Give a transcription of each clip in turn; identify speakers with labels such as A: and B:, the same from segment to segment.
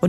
A: och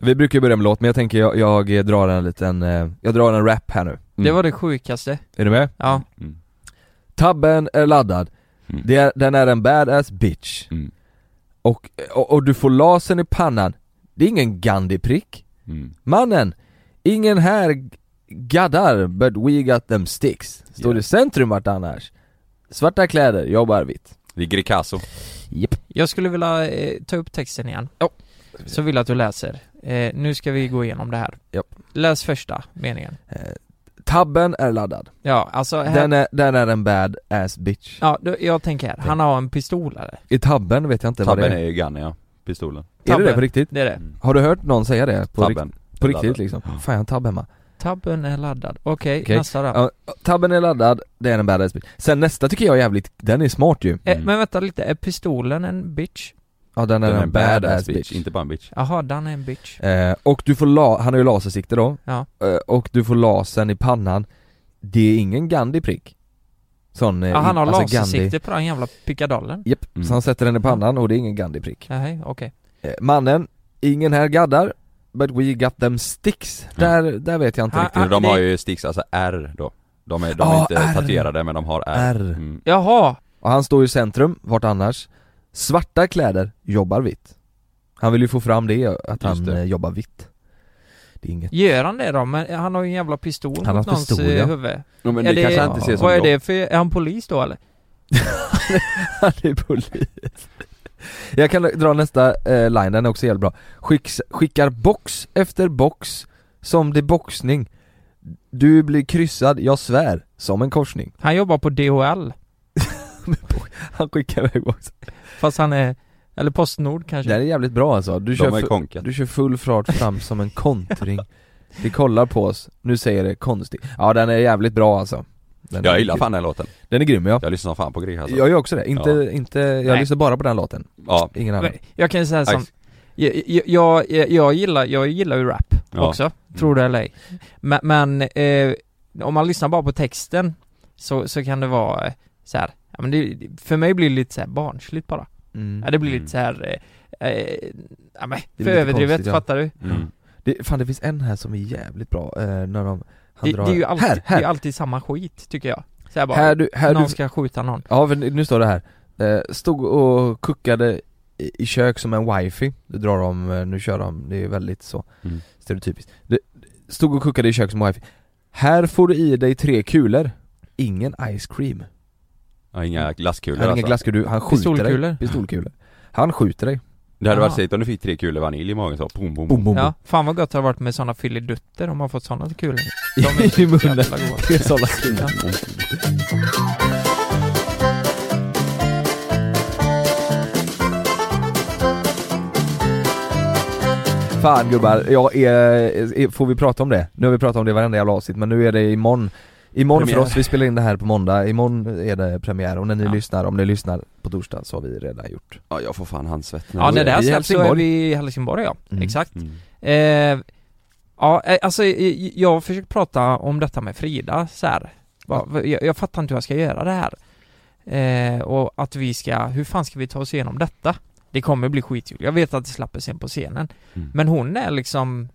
B: Vi brukar ju börja med låt, men jag tänker jag, jag drar en liten, eh, jag drar en rap här nu.
C: Det var det sjukaste.
B: Är du med?
C: Ja.
D: Mm.
B: Tabben är laddad,
D: Mm.
B: det är, den är en badass bitch.
D: Mm.
B: Och, och, och du får lasern i pannan, det är ingen Gandhi-prick.
D: Mm.
B: Mannen, ingen här g- gaddar, but we got them sticks. Står
D: Ja.
B: i centrum vart annars. Svarta kläder, jobbar vitt.
D: Ligger i Caso.
C: Jag skulle vilja eh, ta upp texten igen.
B: Ja.
C: Så vill jag att du läser. Eh, nu ska vi gå igenom det här.
B: Ja.
C: Läs första meningen.
B: Tabben är laddad,
C: Ja, alltså här,
B: den är, den är en badass bitch.
C: Ja, då, jag tänker här. Han har en pistol eller?
B: I tabben vet jag inte vad
D: Tabben
B: det är.
D: är ju Gunny ja, pistolen.
B: Är det det
C: Tabben.
B: på riktigt?
C: Det är det.
D: Mm.
B: Har du hört någon säga det? På, rikt-
D: Tabben.
B: på riktigt
D: Laddad.
B: liksom?
D: Ja.
B: Fan jag har en tabb hemma.
C: Tabben är laddad. Okej,
B: Okej.
C: nästa då.
B: Ja, tabben är laddad, det är en badass bitch. Sen nästa tycker jag är jävligt, den är smart ju.
C: Eh,
D: Mm.
C: men vänta lite, är pistolen en bitch?
B: Ja den är,
D: Den är
B: en badass, bitch.
D: inte bara en bitch.
C: Jaha, den är en bitch.
B: Eh, och du får la, han har ju lasersikte då.
C: Ja.
B: Eh, och du får lasern i pannan. Det är ingen Gandhi-prick. Sån, eh,
C: Ja, han har
B: alltså Gandhi.
C: lasersikte på den jävla pickadollen.
B: Japp,
D: Mm.
B: så han sätter den i pannan och det är ingen Gandhi-prick.
C: Nej, okej.
B: Eh, mannen, ingen här gaddar. But we got them sticks. Där, där vet jag inte
C: Han-
B: riktigt.
C: han-
D: de
C: det-
D: har ju sticks, alltså R då. De är, de
B: Ah,
D: är inte
B: R.
D: tatuerade men de har R.
B: R.
D: Mm.
C: Jaha!
B: Och han står i centrum, vart annars? Svarta kläder, jobbar vitt. Han vill ju få fram det, att han
D: det.
B: eh, jobbar vitt. Det är inget.
C: Gör han det då? Men eh, han har ju en jävla pistol
B: Han har
C: mot någons
B: pistol,
C: eh,
B: ja.
C: huvud.
D: Ja, men
C: Är
D: det, kanske han inte ser som
C: Vad är
D: jobb.
C: det för, är han polis då eller?
B: Han är polis. Jag kan dra nästa eh, line, den är också jävligt bra. Skicks, skickar box efter box, som det är boxning. Du blir kryssad, jag svär, som en korsning.
C: Han jobbar på DHL.
B: Han skickar iväg box.
C: Fast han är, eller Postnord kanske.
B: Det här är jävligt bra alltså. Du
D: De
B: kör,
D: är
B: fu-
D: konkat.
B: du kör full fart fram som en kontring. Det kollar på oss, nu säger det konstigt. Ja den är jävligt bra alltså. Den är
D: Jag gillar
B: grym.
D: fan den här låten.
B: Den är grym ja.
D: Jag lyssnar som fan på Grieg alltså.
B: Jag gör också det, inte,
D: Ja.
B: inte, jag
C: Nej.
B: lyssnar bara på den låten,
D: Ja.
B: ingen annan
C: Men Jag kan ju säga som,
D: Nice.
C: jag, jag, jag, jag gillar, jag gillar ju rap
D: Ja.
C: också,
B: Mm.
C: tror det eller ej. Men, men eh, om man lyssnar bara på texten så, så kan det vara eh, så här. Ja, men det, för mig blir det lite så här barnsligt bara.
B: mm.
C: Ja, det blir
D: Mm.
C: lite så här eh, eh, ja, men,
B: Det
C: för
B: är lite
C: överdrivet,
B: konstigt, ja.
C: fattar du?
D: Mm.
B: det, Fan det finns en här som är jävligt bra, eh, när de, han
C: Det,
B: drar
C: det är ju alltid,
B: Här,
C: Det är
B: här!
C: alltid samma skit, tycker jag. Så här bara,
B: Här du, här
C: någon
B: du,
C: ska skjuta någon.
B: ja för nu står det här eh, Stod och kuckade i i kök som en wifi, du drar om, eh, nu kör de, det är väldigt så
D: Mm.
B: stereotypiskt det, Stod och kuckade i kök som en wifi Här får du i dig tre kulor, ingen ice cream
D: Ja, inga glasskulor
B: Han har Mm. inga
D: alltså.
B: glasskulor, du- han skjuter
C: Pistolkulor.
B: dig Pistolkulor Han skjuter dig,
D: Det hade varit
C: Ah.
D: segt om du fick tre kulor vanilj i magen så, boom, boom,
B: bom
D: boom.
B: bom
C: Ja,
B: bom
C: fan vad gött det har varit med sådana filidutter om man fått sådana kulor.
B: I munnen,
C: Jävla goda.
B: det är sådana kulor Fan gubbar, jag är, är- får vi prata om det? Nu har vi pratat om det i varenda jävla avsnitt men nu är det imorgon Imorgon
D: Premiär.
B: för oss, vi spelar in det här på måndag, imorgon är det premiär och när ni
C: Ja.
B: lyssnar, om ni lyssnar på torsdag så har vi redan gjort
D: Ja, jag får fan handsvett nu.
C: Ja, när det här
B: i
C: släpps så är
B: Helsingborg.
C: vi i Helsingborg ja,
B: Mm.
C: exakt.
D: Mm.
C: Eh, ja, eh, alltså eh, jag har försökt prata om detta med Frida så här. Bara, v- Jag, jag fattar inte hur jag ska göra det här. Eh, och att vi ska, hur fan ska vi ta oss igenom detta? Det kommer bli skitkul. Jag vet att det slapper sen på scenen.
D: Mm.
C: Men hon är liksom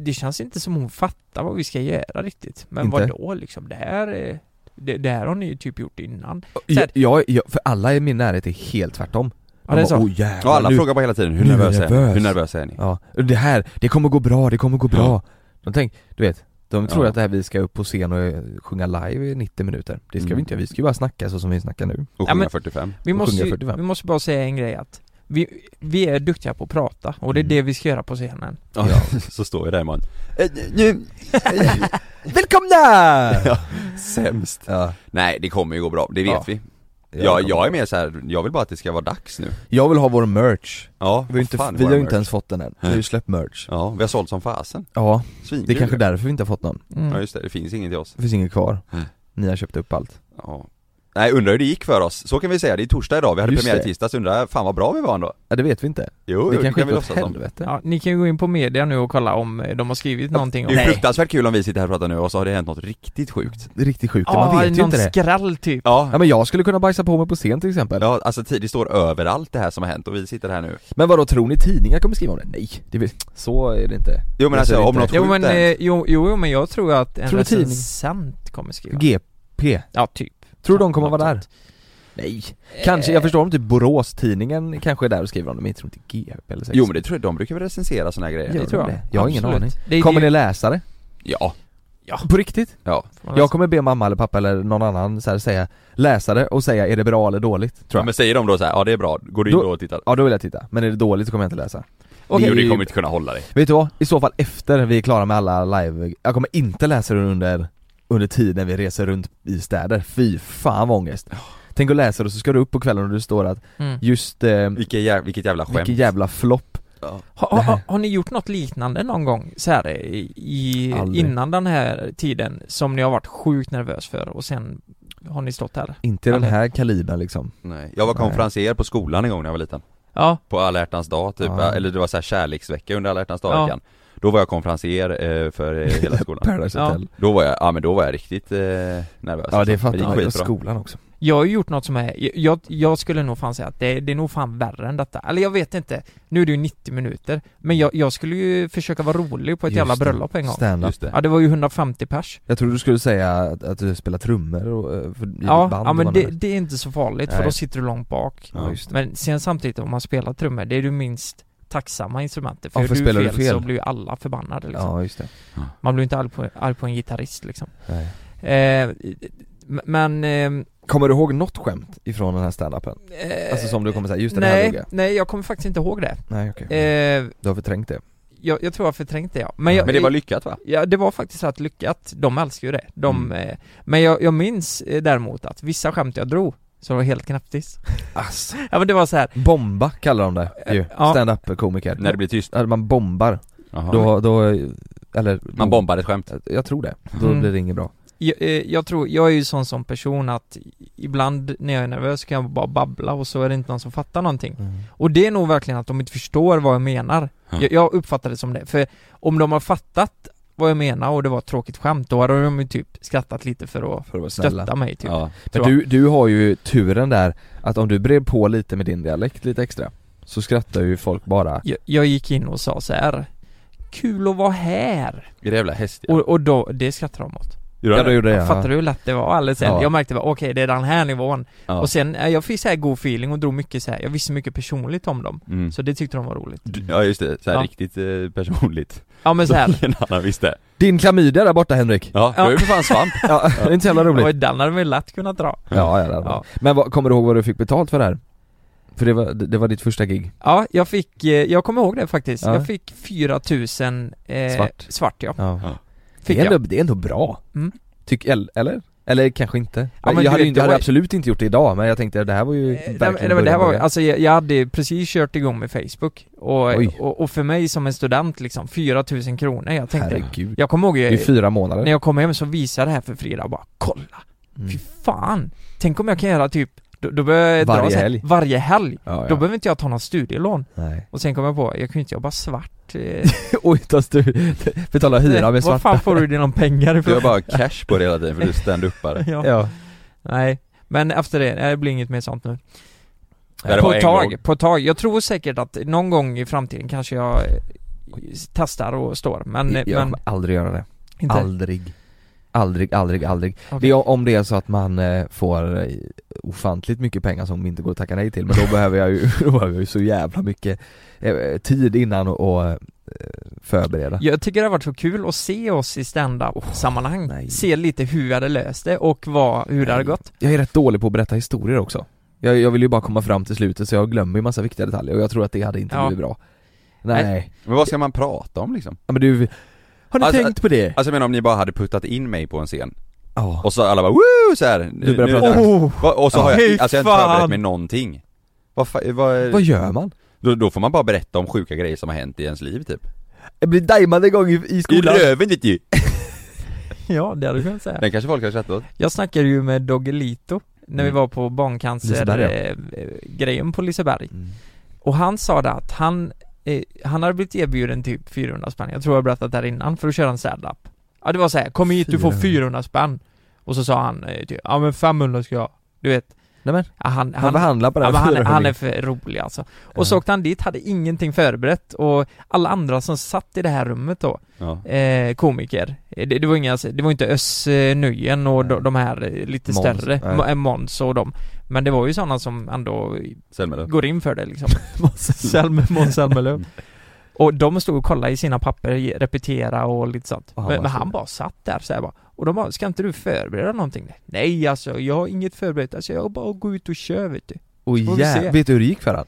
C: Det känns inte som hon fattar vad vi ska göra riktigt. Men
B: Inte?
C: vad då liksom? Det här är- det, det här har ni ju typ gjort innan. Så
B: jag,
C: här-
B: jag, jag, för alla i min närhet är helt tvärtom
C: Ja, det är
B: De bara,
C: så.
B: "Åh, jävlar,
D: Ja, alla
B: nu-
D: frågar bara hela tiden, hur
B: nu är jag
D: nervös är ni?
B: nervös.
D: Hur nervös är ni?
B: Ja, det här, det kommer gå bra, det kommer gå bra Men tänk, du vet, de tror
D: Ja.
B: att det här vi ska upp på scen och eh, sjunga live i 90 minuter Det ska
D: Mm.
B: vi inte göra, vi ska ju bara snacka så som vi snackar nu
D: Och
C: Ja, men-
D: 745
C: Vi
B: Och
C: måste, ju,
B: 145.
C: vi måste bara säga en grej att vi, vi är duktiga på att prata och det är
B: Mm.
C: det vi ska göra på scenen.
D: ja. Så står jag där imorgon Eh, Nu,
B: Välkomna!
D: ja. Sämst
B: Ja,
D: Nej det kommer ju gå bra, det vet
B: Ja.
D: vi Ja, jag är mer så här, jag vill bara att det ska vara dags nu
B: jag vill ha vår merch
D: Ja,
B: Vi har ju inte,
D: fan,
B: vi
D: vår
B: har ju
D: merch.
B: inte ens fått den än, vi har ju släppt merch
D: Ja, vi har sålt som fasen
B: Ja,
D: Svinkul
B: det är kanske är därför vi inte har fått någon
D: Ja
C: Mm.
D: just det, det finns ingen till oss
B: Det finns inget kvar
D: Nej.
B: Ni har köpt upp allt
D: Ja Nej undrar hur det gick för oss, så kan vi säga, det är torsdag idag, vi hade
B: Just
D: premiär i
B: det.
D: tisdags, undrar fan vad bra vi var ändå
B: Ja det vet vi inte,
D: Jo,
B: det
D: jo,
B: kanske
D: kan vi
B: gick åt
D: låtsas som
B: helvete
C: Ja, ni kan ju gå in på media nu och kolla om eh, de har skrivit någonting
D: Det
C: om
D: är ju fruktansvärt kul om vi sitter här och pratar nu och så har det hänt något riktigt sjukt
B: Det är riktigt sjukt,
C: Ja,
B: man vet ju
C: någon
B: inte det
C: skrall typ.
D: Ja,
B: Ja men jag skulle kunna bajsa på mig på scen till exempel
D: Ja, alltså tid- det står överallt det här som har hänt och vi sitter här nu
B: Men vadå, tror ni tidningar kommer skriva om det? Nej, det är, väl- så är det inte
D: Jo men
B: Jag
D: alltså
B: ser
D: om
B: inte.
D: något
C: Jo
D: sjukt
C: men,
D: har hänt.
C: eh, jo, jo, jo men jag tror att en
B: Tror du tidning-
C: recensent kommer skriva.
B: GP,
C: ja, typ.
B: tror du de kommer vara där?
C: Något
B: Nej, kanske, jag förstår om typ Borås-tidningen kanske är där och skriver om det, men jag tror inte GP eller sex.
D: Jo men det tror jag, de brukar väl recensera såna här grejer?
B: Gör
C: det tror
B: de
C: jag.
B: Jag har ingen
C: Absolut.
B: aning
C: Det är-
B: Kommer
C: det-
B: ni läsa det?
D: Ja,
B: Ja. alltså- På riktigt?
D: ja,
C: sånt.
B: Jag kommer be mamma eller pappa eller någon annan så här, säga, läsa det och säga är det bra eller dåligt, tror
D: ja
B: jag
D: men säger de då så här, ja det är bra, går du in
B: Då-
D: då och tittar?
B: Ja då vill jag titta, men är det dåligt så kommer jag inte läsa
D: Jo
B: Det är
D: det
B: ju-
D: kommer inte kunna hålla dig
B: Vet du vad? I så fall efter vi är klara med alla live, jag kommer inte läsa det under, under tiden vi reser runt i städer, fy fan vad ångest Tänk att läsa det och så ska du upp på kvällen och du står att
C: Mm.
B: just, eh,
D: Vilket, jä- vilket jävla skämt
B: vilken jävla flopp
C: Ha, ha, ha, har ni gjort något liknande någon gång så här, eh, i, i,
B: Aldrig.
C: innan den här tiden som ni har varit sjukt nervös för och sen har ni stått här?
B: Inte den
C: Eller-
B: här kalibern liksom
D: Nej. Jag var
B: Nej.
D: konferenser på skolan en gång när jag var liten
C: Ja,
D: På alla hjärtans dag typ,
B: Ja.
D: eller det var så här kärleksvecka under alla hjärtans
C: Ja.
D: dag-veckan Då var jag konferenser eh, för eh, hela skolan
B: Paradise
C: Ja.
B: Hotel
D: Då var jag, ja men då var jag riktigt eh, nervös
B: Ja det
D: alltså.
B: fattar
D: gick
B: jag, och
D: skitbra.
B: skolan också
C: jag har ju gjort något som är, jag, jag skulle nog fan säga att det, det är nog fan värre än detta. Eller jag vet inte, nu är det ju 90 minuter. Men jag, jag skulle ju försöka vara rolig på ett
B: Just
C: jävla
B: det.
C: bröllop en gång.
B: Stand-up.
D: Just det.
C: Ja, det var ju 150 pers.
B: Jag trodde du skulle säga att, att du spelar trummor och, eh, för, i
C: Ja,
B: ditt band
C: ja
B: och
C: men
B: vad
C: det,
B: nu är.
C: det är inte så farligt för
B: Nej.
C: då sitter du långt bak.
D: Ja, just
C: Men sen samtidigt om man spelar trummor, det är du minst tacksamma instrumentet. För,
B: Ja,
C: gör
B: för
C: du
B: spelar
C: fel,
B: du fel.
C: så blir ju alla förbannade liksom.
B: Ja just det
C: Man blir inte arg på, arg på en gitarrist liksom.
B: Nej.
C: Eh, m- men... ehm,
B: Kommer du ihåg något skämt ifrån den här standupen?
C: Eh,
B: Alltså som du kommer säga, just den här
C: nej,
B: drog jag. Mm.
C: nej, jag kommer faktiskt inte ihåg det.
B: Nej okej,
C: Eh,
B: du har förträngt det
C: jag, jag tror jag förträngt det ja. Men, jag,
D: Men det var lyckat va?
C: Ja, det var faktiskt rätt lyckat. De älskar ju det. De,
D: Mm.
C: eh, men jag, jag minns eh, däremot att vissa skämt jag drog, så var helt knäpptis.
B: Asså.
C: ja men det var så här.
B: Bomba kallar de det ju,
C: Eh, Ja.
B: stand-up komiker
D: När det blir tyst?
B: När man bombar,
D: Jaha.
B: då, då, eller
D: Man bombar ett skämt?
B: Jag tror det, då
C: Mm.
B: blir det inget bra
C: Jag, eh, jag tror, jag är ju sån som person att ibland när jag är nervös så kan jag bara babbla och så är det inte någon som fattar någonting. Och det är nog verkligen att de inte förstår vad jag menar.
D: Ja.
C: Jag, jag uppfattar det som det. För om de har fattat vad jag menar och det var ett tråkigt skämt, då hade de ju typ skrattat lite för att
B: För att vara
C: stötta mig typ.
D: Ja.
B: Men
C: tror jag.
B: du, du har ju turen där, att om du brer på lite med din dialekt lite extra Så skrattar ju folk bara
C: Jag, jag gick in och sa så här. Kul att vara här!
D: Är det jävla häst?
C: Och, och då, det skrattade de åt.
B: Ja du gjorde det
C: Jag fattar du hur lätt det var alldeles sen?
B: Ja.
C: Jag märkte bara, okej det är den här nivån.
D: Ja.
C: Och sen, eh, jag fick så här god feeling och drog mycket så här. jag visste mycket personligt om dem.
D: Mm.
C: Så det tyckte de var roligt.
D: Du- Ja just det, såhär
C: Ja.
D: riktigt eh, personligt
C: Ja men så här.
D: Ingen annan visste
B: Din klamydia där borta Henrik!
D: Ja,
C: Ja.
D: du är ju för fan svamp
B: Ja, det är inte så jävla
C: Och
B: roligt
C: den hade vi lätt kunnat dra.
B: Ja, ja, det
C: Ja.
B: ja. Men vad, kommer du ihåg vad du fick betalt för det här? För det var, det det var ditt första gig?
C: Ja, jag fick, eh, jag kommer ihåg det faktiskt.
B: Ja.
C: Jag fick 4000 eh,
B: Svart.
C: svart ja.
B: Ja,
C: Fick
B: det, är
C: jag.
B: ändå, det är ändå bra
C: Mm.
B: Tyck, el- eller? Eller kanske inte?
C: men du
B: jag hade,
C: vet,
B: ju inte,
C: det
B: hade
C: var-
B: absolut inte gjort det idag men jag tänkte det här var ju
C: Eh,
B: verkligen
C: nej, men- nej, men det här var,
B: början.
C: alltså jag, jag hade precis kört igång med Facebook och,
B: Oj.
C: och, och för mig som en student liksom, 4000 kronor. Jag tänkte,
B: Herregud,
C: jag kommer ihåg,
B: det är ju
C: jag,
B: fyra månader
C: när jag kom hem så visade jag det här för Frida och bara kolla,
B: Mm.
C: fy fan. Tänk om jag kan göra typ, då, då börjar jag dra
B: Varje
C: så här-
B: helg.
C: varje helg.
B: ja, ja.
C: Då behöver inte jag ta någon studielån.
B: Nej.
C: Och sen kom jag på, jag kan ju inte jobba svart. eh.
B: Oj, tas du betala hyra med
C: Var
B: svart
C: fan får du dina pengar
D: Du har
C: ifrån?
D: bara cash på det hela tiden för du är stand-upare
C: Ja.
B: Ja.
C: Nej, men efter det, nej, det blir inget mer sånt nu.
D: Ja, det
C: på
D: var
C: ett
D: en
C: tag,
D: gång.
C: på ett tag. Jag tror säkert att någon gång i framtiden kanske jag eh, testar och står, men,
B: Jag
C: men
B: kommer aldrig göra det,
C: inte.
B: aldrig Aldrig, aldrig, aldrig. Det
C: Okej.
B: är om det är så att man eh, får eh, ofantligt mycket pengar som inte går att tacka nej till men då behöver jag ju, då behöver jag ju så jävla mycket eh, tid innan och, och eh, förbereda.
C: Jag tycker det har varit så kul att se oss i stand-up-sammanhang.
B: nej.
C: se lite hur vi hade löst det och vad, hur det hade gått.
B: Jag är rätt dålig på att berätta historier också. Jag, jag vill ju bara komma fram till slutet så jag glömmer ju massa viktiga detaljer och jag tror att det hade inte
C: Ja.
B: blivit bra. Nej.
D: Men vad ska man prata om liksom?
B: Ja, men du, har ni
D: Alltså,
B: tänkt på
C: äh,
B: det?
D: Alltså jag menar om ni bara hade puttat in mig på en scen
B: Ja.
D: och så alla bara woo så här.
B: Du börjar
D: nu-
B: prata.
C: Oh.
D: Va- Och så har
C: Fy
D: jag, alltså jag har inte
C: fan.
D: förberett mig någonting vad, fa- vad,
B: Vad gör man?
D: då, då får man bara berätta om sjuka grejer som har hänt i ens liv typ
B: Jag blir dajmad en gång i, i
D: I
B: skolan.
D: röven vet du!
C: Ja, det hade du kunnat säga.
D: Den kanske folk har skrattat åt
C: Jag snackade ju med Doggelito när vi
B: Mm.
C: var på barncancer
B: Liseberg, ja.
C: eh, grejen på Liseberg.
B: Mm.
C: Och han sa det att han, eh, han hade blivit erbjuden typ 400 spänn, jag tror jag har berättat det här innan, för att köra en stand-up. Ja det var så här, kom hit du får
B: 400.
C: 400 spänn. Och så sa han eh, typ, ja men 500 ska jag ha." Du vet.
B: Nej, men,
C: Ja, han,
B: Han
C: han,
B: behandlar på
C: ja,
B: den
C: men han, är- han är
B: förhörningen.
C: för rolig alltså. Och
B: Ja.
C: så åkte han dit, hade ingenting förberett och alla andra som satt i det här rummet då,
D: ja.
C: eh, komiker. Eh, Det, det var inga, det var inte Özz eh, Nujen och de,
B: Nej.
C: de här eh, lite
B: Måns,
C: större,
B: nej.
C: Mo- eh, Måns och de. Men det var ju sådana som ändå
D: Selma
C: går in för det liksom. Selme- Måns
B: Mm.
C: Zelmerlöw. Och de stod och kollade i sina papper, ge- repetera och lite sånt.
B: Och han
C: men,
B: bara
C: men
B: stod
C: han
B: där.
C: bara satt där så här bara. Och de bara, ska inte du förbereda någonting? Nej alltså, jag har inget förberett, alltså jag bara går ut och kör vet du.
B: Och
C: Får vi se.
B: jä... Vet du hur det gick för han?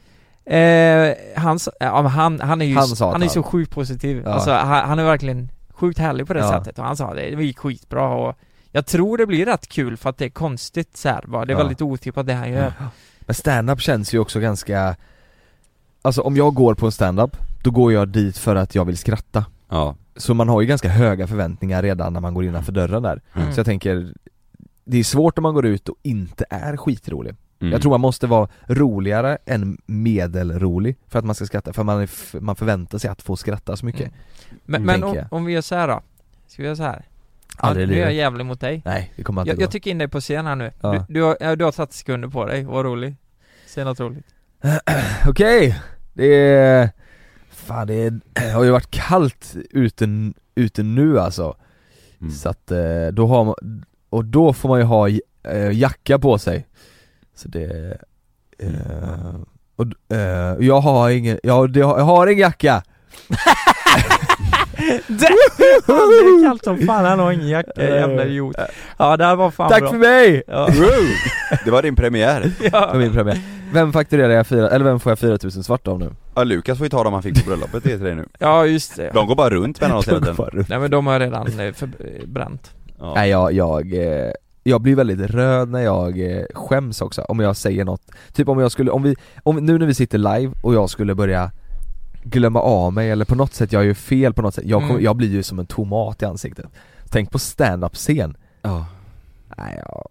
C: Eh, han, sa- ja, men han, han är ju
B: Han
C: s-
B: sa att
C: han är
B: han-
C: så sjukt positiv.
B: Ja.
C: Alltså, han, han är verkligen sjukt härlig på det
B: Ja.
C: sättet och han sa det, det gick skitbra och jag tror det blir rätt kul för att det är konstigt så här, bara. Det är
B: Ja.
C: väldigt otippat det han gör.
B: Men stand-up känns ju också ganska Alltså om jag går på en stand-up då går jag dit för att jag vill skratta
D: Ja,
B: Så man har ju ganska höga förväntningar redan när man går innanför dörren där
C: Mm.
B: Så jag tänker Det är svårt om man går ut och inte är skitrolig
D: Mm.
B: Jag tror man måste vara roligare än medelrolig för att man ska skratta, för man, är f- man förväntar sig att få skratta så mycket
C: Mm. Men,
B: Mm,
C: men
B: tänker
C: om,
B: jag.
C: om vi gör så här då? Ska vi göra så här? Ja,
B: Aldrig i
C: nu är jag
B: livet.
C: jävlig mot dig.
B: Nej, det kommer inte
C: Jag,
B: gå
C: jag tycker in dig på scen här nu.
B: Ja.
C: Du, du, har, ja, du har 30 sekunder på dig, var rolig. Säg något roligt.
B: Okej, det är... Fan det, är, det har ju varit kallt ute, ute nu alltså
D: Mm.
B: Så att eh, då har man, och då får man ju ha j- eh, jacka på sig Så det, eh, och d- eh, jag har ingen, jag, har- det har- jag har ingen jacka!
C: Fan, det är kallt som fan, han har ingen jacka, jävla idiot. Ja det här var fan
B: Tack
C: bra.
B: för mig!
C: Ja.
D: Wow! Det var din premiär!
B: Det var min premiär. Vem fakturerar jag fyra, eller vem får jag 4000 svart av nu?
D: Ja, Lukas får ju ta dem han fick på bröllopet, det är till dig nu
C: ja just det.
D: De går bara runt mellan oss hela tiden
B: Bara-
C: Nej men de har jag redan eh, för, eh, bränt.
D: Ja.
B: Nej jag, jag, eh, jag blir väldigt röd när jag eh, skäms också, om jag säger något Typ om jag skulle, om vi, om, nu när vi sitter live och jag skulle börja glömma av mig eller på något sätt, jag gör fel på något sätt, jag, kommer,
C: Mm.
B: jag blir ju som en tomat i ansiktet Tänk på stand-up-scen
D: Ja.
B: Nej ja...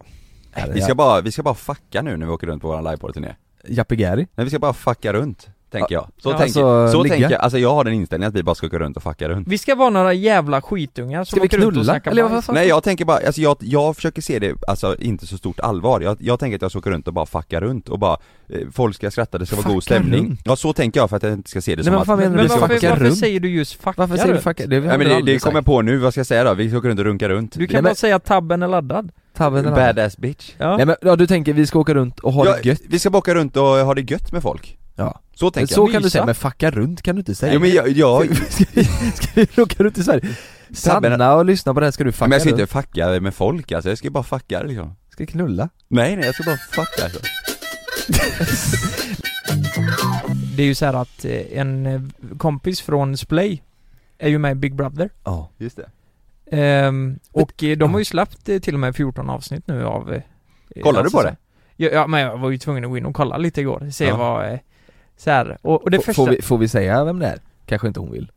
D: Vi ska bara, vi ska bara fucka nu när vi åker runt på våran livepodd-turné
B: Jappe Gary?
D: Nej vi ska bara fucka runt, tänker jag Så
C: Ja,
D: tänker
B: alltså,
D: så
B: ligga.
D: tänker jag, alltså jag har den inställningen att vi bara ska åka runt och fucka runt
C: Vi ska vara några jävla skitungar som
B: Ska vi
C: åker runt och
B: knulla?
C: snackar
B: Eller vad
C: bajs.
B: fan?
D: Nej jag tänker bara, alltså jag, jag försöker se det, alltså inte så stort allvar. Jag, jag tänker att jag ska åka runt och bara fucka runt och bara, eh, folk ska skratta, det ska vara god
B: Fucka
D: stämning.
B: runt?
D: Ja så tänker jag för att jag inte ska se det
B: Nej,
D: som
B: men
D: att,
B: vad fan
C: Men,
B: menar
C: men
D: vi
B: du?
D: ska
C: varför,
D: fucka
B: fucka
C: varför
B: runt?
C: säger du just fucka
B: Varför säger du
C: runt?
B: fuck? Det har
D: Nej men
B: du
D: det,
B: aldrig
D: det kommer
B: sagt.
D: jag på nu, vad ska jag säga då? Vi ska åka runt och runka runt.
C: Du kan
B: Nej, men-
C: bara säga att tabben är laddad.
B: Tabben eller något?
D: Badass bitch.
C: Ja.
B: Nej men ja, du tänker vi ska åka runt och ha
D: Ja,
B: det gött?
D: Vi ska bara åka runt och ha det gött med folk.
B: Ja.
D: Så tänker
B: Så
D: jag.
B: kan du
C: mysa.
B: säga, men fucka runt kan du inte säga
D: Jo men jag, jag,
B: ska, vi, ska vi åka runt i Sverige? Stanna och lyssna på det här ska du fucka
D: men jag ska
B: runt.
D: inte fucka med folk alltså, jag ska bara fucka liksom.
B: Ska knulla?
D: Nej nej, jag ska bara fucka alltså.
C: Det är ju så här att eh, en eh, kompis från Splay är ju med i Big Brother.
B: Ja
D: Just det.
C: Ehm, och eh, de
B: ja.
C: har ju släppt eh, till och med 14 avsnitt nu av... eh,
D: Kollar du
C: alltså
D: på
C: så-
D: det?
C: Ja, ja men jag var ju tvungen att gå in och kolla lite igår, se
D: Ja.
C: vad... eh, Så här. Och, och det
B: får,
C: första...
B: vi, får vi säga vem det är? Kanske inte hon vill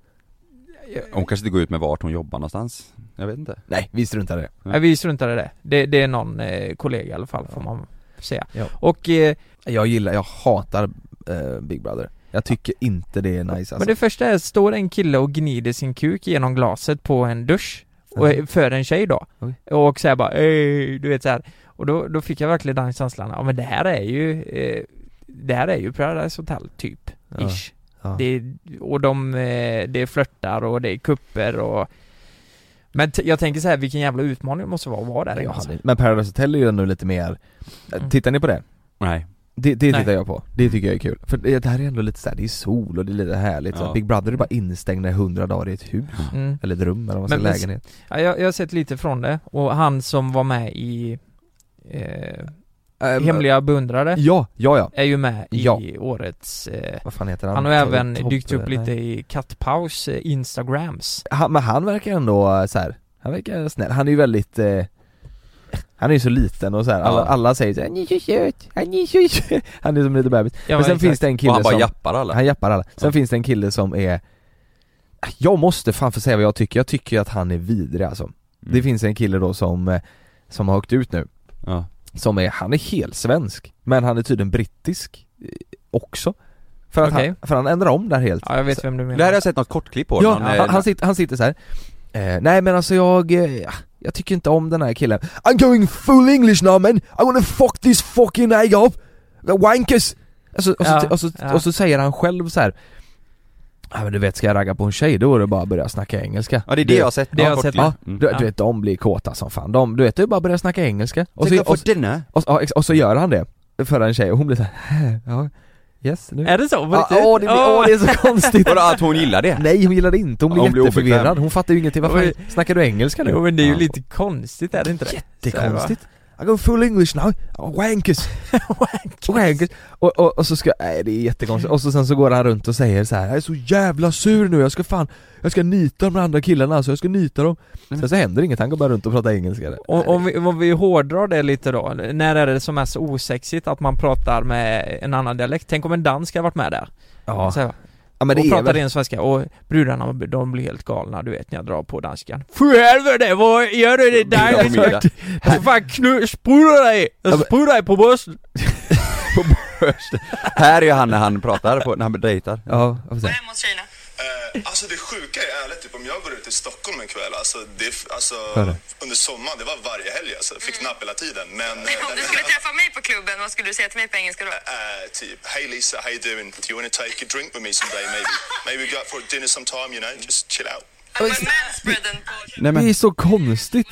D: Hon kanske inte går ut med vart hon jobbar någonstans. Jag vet inte.
B: Nej, vi struntar i det
C: Nej, vi struntar i det. det. Det är någon eh, kollega i alla fall, får man säga.
B: Ja.
C: Och, eh,
B: Jag gillar, jag hatar eh, Big Brother Jag tycker inte det är nice
C: men
B: alltså.
C: det första är, står en kille och gnider sin kuk genom glaset på en dusch, och, eh,
B: Mhm.
C: för en tjej då.
B: Oj.
C: Och säger bara "Ey", du vet så här. Och då, då fick jag verkligen den känslan, ja men det här är ju, eh, det här är ju Paradise Hotel, typ,
B: ja.
C: ish.
B: Ja.
C: Det, är- och de, eh, det är flörtar och det är kupper och Men t- jag tänker så här, vilken jävla utmaning det måste vara att vara
B: Nej,
C: där inne,
B: jag hade-
C: alltså.
B: Men Paradise Hotel är ju ändå lite mer,
C: Mm.
B: tittar ni på det?
D: Nej.
B: Det, det
C: Nej.
B: tittar jag på, det tycker jag är kul. För det, det här är ändå lite såhär, det är sol och det är lite härligt så
D: Ja.
B: här, Big Brother är bara instängd i hundra dagar i ett hus,
C: Mm.
B: eller ett rum eller vad man
C: Men-
B: säger,
C: men-
B: lägenhet
C: Ja, jag, jag har sett lite från det, och han som var med i eh,
B: Ehm,
C: Hemliga beundrare
B: Ja, ja ja!
C: är ju med i
B: Ja.
C: årets eh,
B: Vad fan heter han?
C: Han har även
B: Topp-
C: dykt upp
B: nej.
C: lite i kattpaus eh, instagrams
B: han, Men han verkar ändå eh, så här. han verkar snäll, han är ju väldigt eh, han är ju så liten och så här. Alla,
D: Ja.
B: alla säger såhär 'Han är så söt, han är så söt' Han är som en liten bebis.
C: Ja,
B: men sen
C: exakt.
B: finns det en kille
D: Och han bara
B: som,
D: jappar alla.
B: Han jappar alla. Sen
D: Ja.
B: finns det en kille som är Jag måste fan få säga vad jag tycker, jag tycker ju att han är vidrig alltså.
D: Mm.
B: Det finns en kille då som, eh, som har åkt ut nu,
D: Ja.
B: som är, han är helt svensk Men han är tydligen brittisk eh, också För att
C: Okej.
B: han, för han ändrar om där helt
C: Ja, jag vet
B: Så-
C: vem du menar
D: Det här har jag sett något kortklipp på.
B: Ja,
D: någon, eh,
B: han, han, sitter, han sitter så här. Eh, nej men alltså jag, eh, jag tycker inte om den här killen I'm going full English now man, I wanna fuck this fucking egg up! The wankers! Alltså, och, så,
C: Ja,
B: och, så,
C: ja.
B: och så säger han själv så här. Ja men du vet, ska jag ragga på en tjej då är det bara att börja snacka engelska
D: ja, det är det jag har sett.
C: det
D: något
C: har jag sett.
D: kortklipp.
B: Ja,
D: Mm.
B: du,
C: Ja.
B: du vet de blir kåta som fan, de, du vet det är bara att börja snacka engelska och så,
D: Tänk
B: och,
D: att
B: så-
D: få denna.
B: och, och, och så gör han det, för en tjej och hon blir så här, ja, yes nu
C: Är det så? På
B: Ja,
C: riktigt?
B: åh, det blir- åh, det är så konstigt!
D: Vadå, att hon gillar det?
B: Nej hon gillade inte, hon blev
D: Hon blev obekväm.
B: jätteförvirrad, hon fattar ju ingenting, varför
C: Oj.
B: snackar du engelska
C: Jo
B: nu?
C: men det är ju
D: Ja.
C: lite konstigt är det inte det?
B: Jättekonstigt I go full english now, oh, wankers, wankers och, och, och så ska, nej det är jättekonstigt, och så sen så går han runt och säger så här: jag är så jävla sur nu, jag ska fan, jag ska nita de andra killarna alltså, jag ska nita dem
C: Mm.
B: Sen så händer inget, han går bara runt och pratar engelska
C: Om, om, vi, om vi hårdrar det lite då, när är det som är så osexigt att man pratar med en annan dialekt? Tänk om en dansk har varit med där?
B: Ja,
C: Så här,
B: ja men det
C: och
B: är
C: pratar
B: väl,
C: ren svenska och brudarna de blir helt galna du vet när jag drar på danskan För helvete vad gör du det
D: Middag på
C: där?
D: middag.
C: Jag ska fan knu- spruta dig!
B: Ja,
C: Jag
B: men-
C: sprutar dig på bussen!
D: Här är ju han när han pratar, på, när han dejtar.
B: ja, jag får se.
E: Eh, alltså det sjuka är ärligt, typ, om jag går ut i Stockholm en kväll, alltså, det, f- alltså,
B: Vad är det?
E: under sommaren, det var varje helg alltså. Fick napp hela tiden. Men
F: Mm. Om du skulle träffa mig på klubben, vad skulle du säga till mig på engelska då?
E: eh, typ, hey Lisa, how you doing? Do you want to take a drink with me someday maybe? Maybe go out for dinner sometime, you know, just chill out.
F: Men manspreaden på...
D: Nej
B: Det är så konstigt!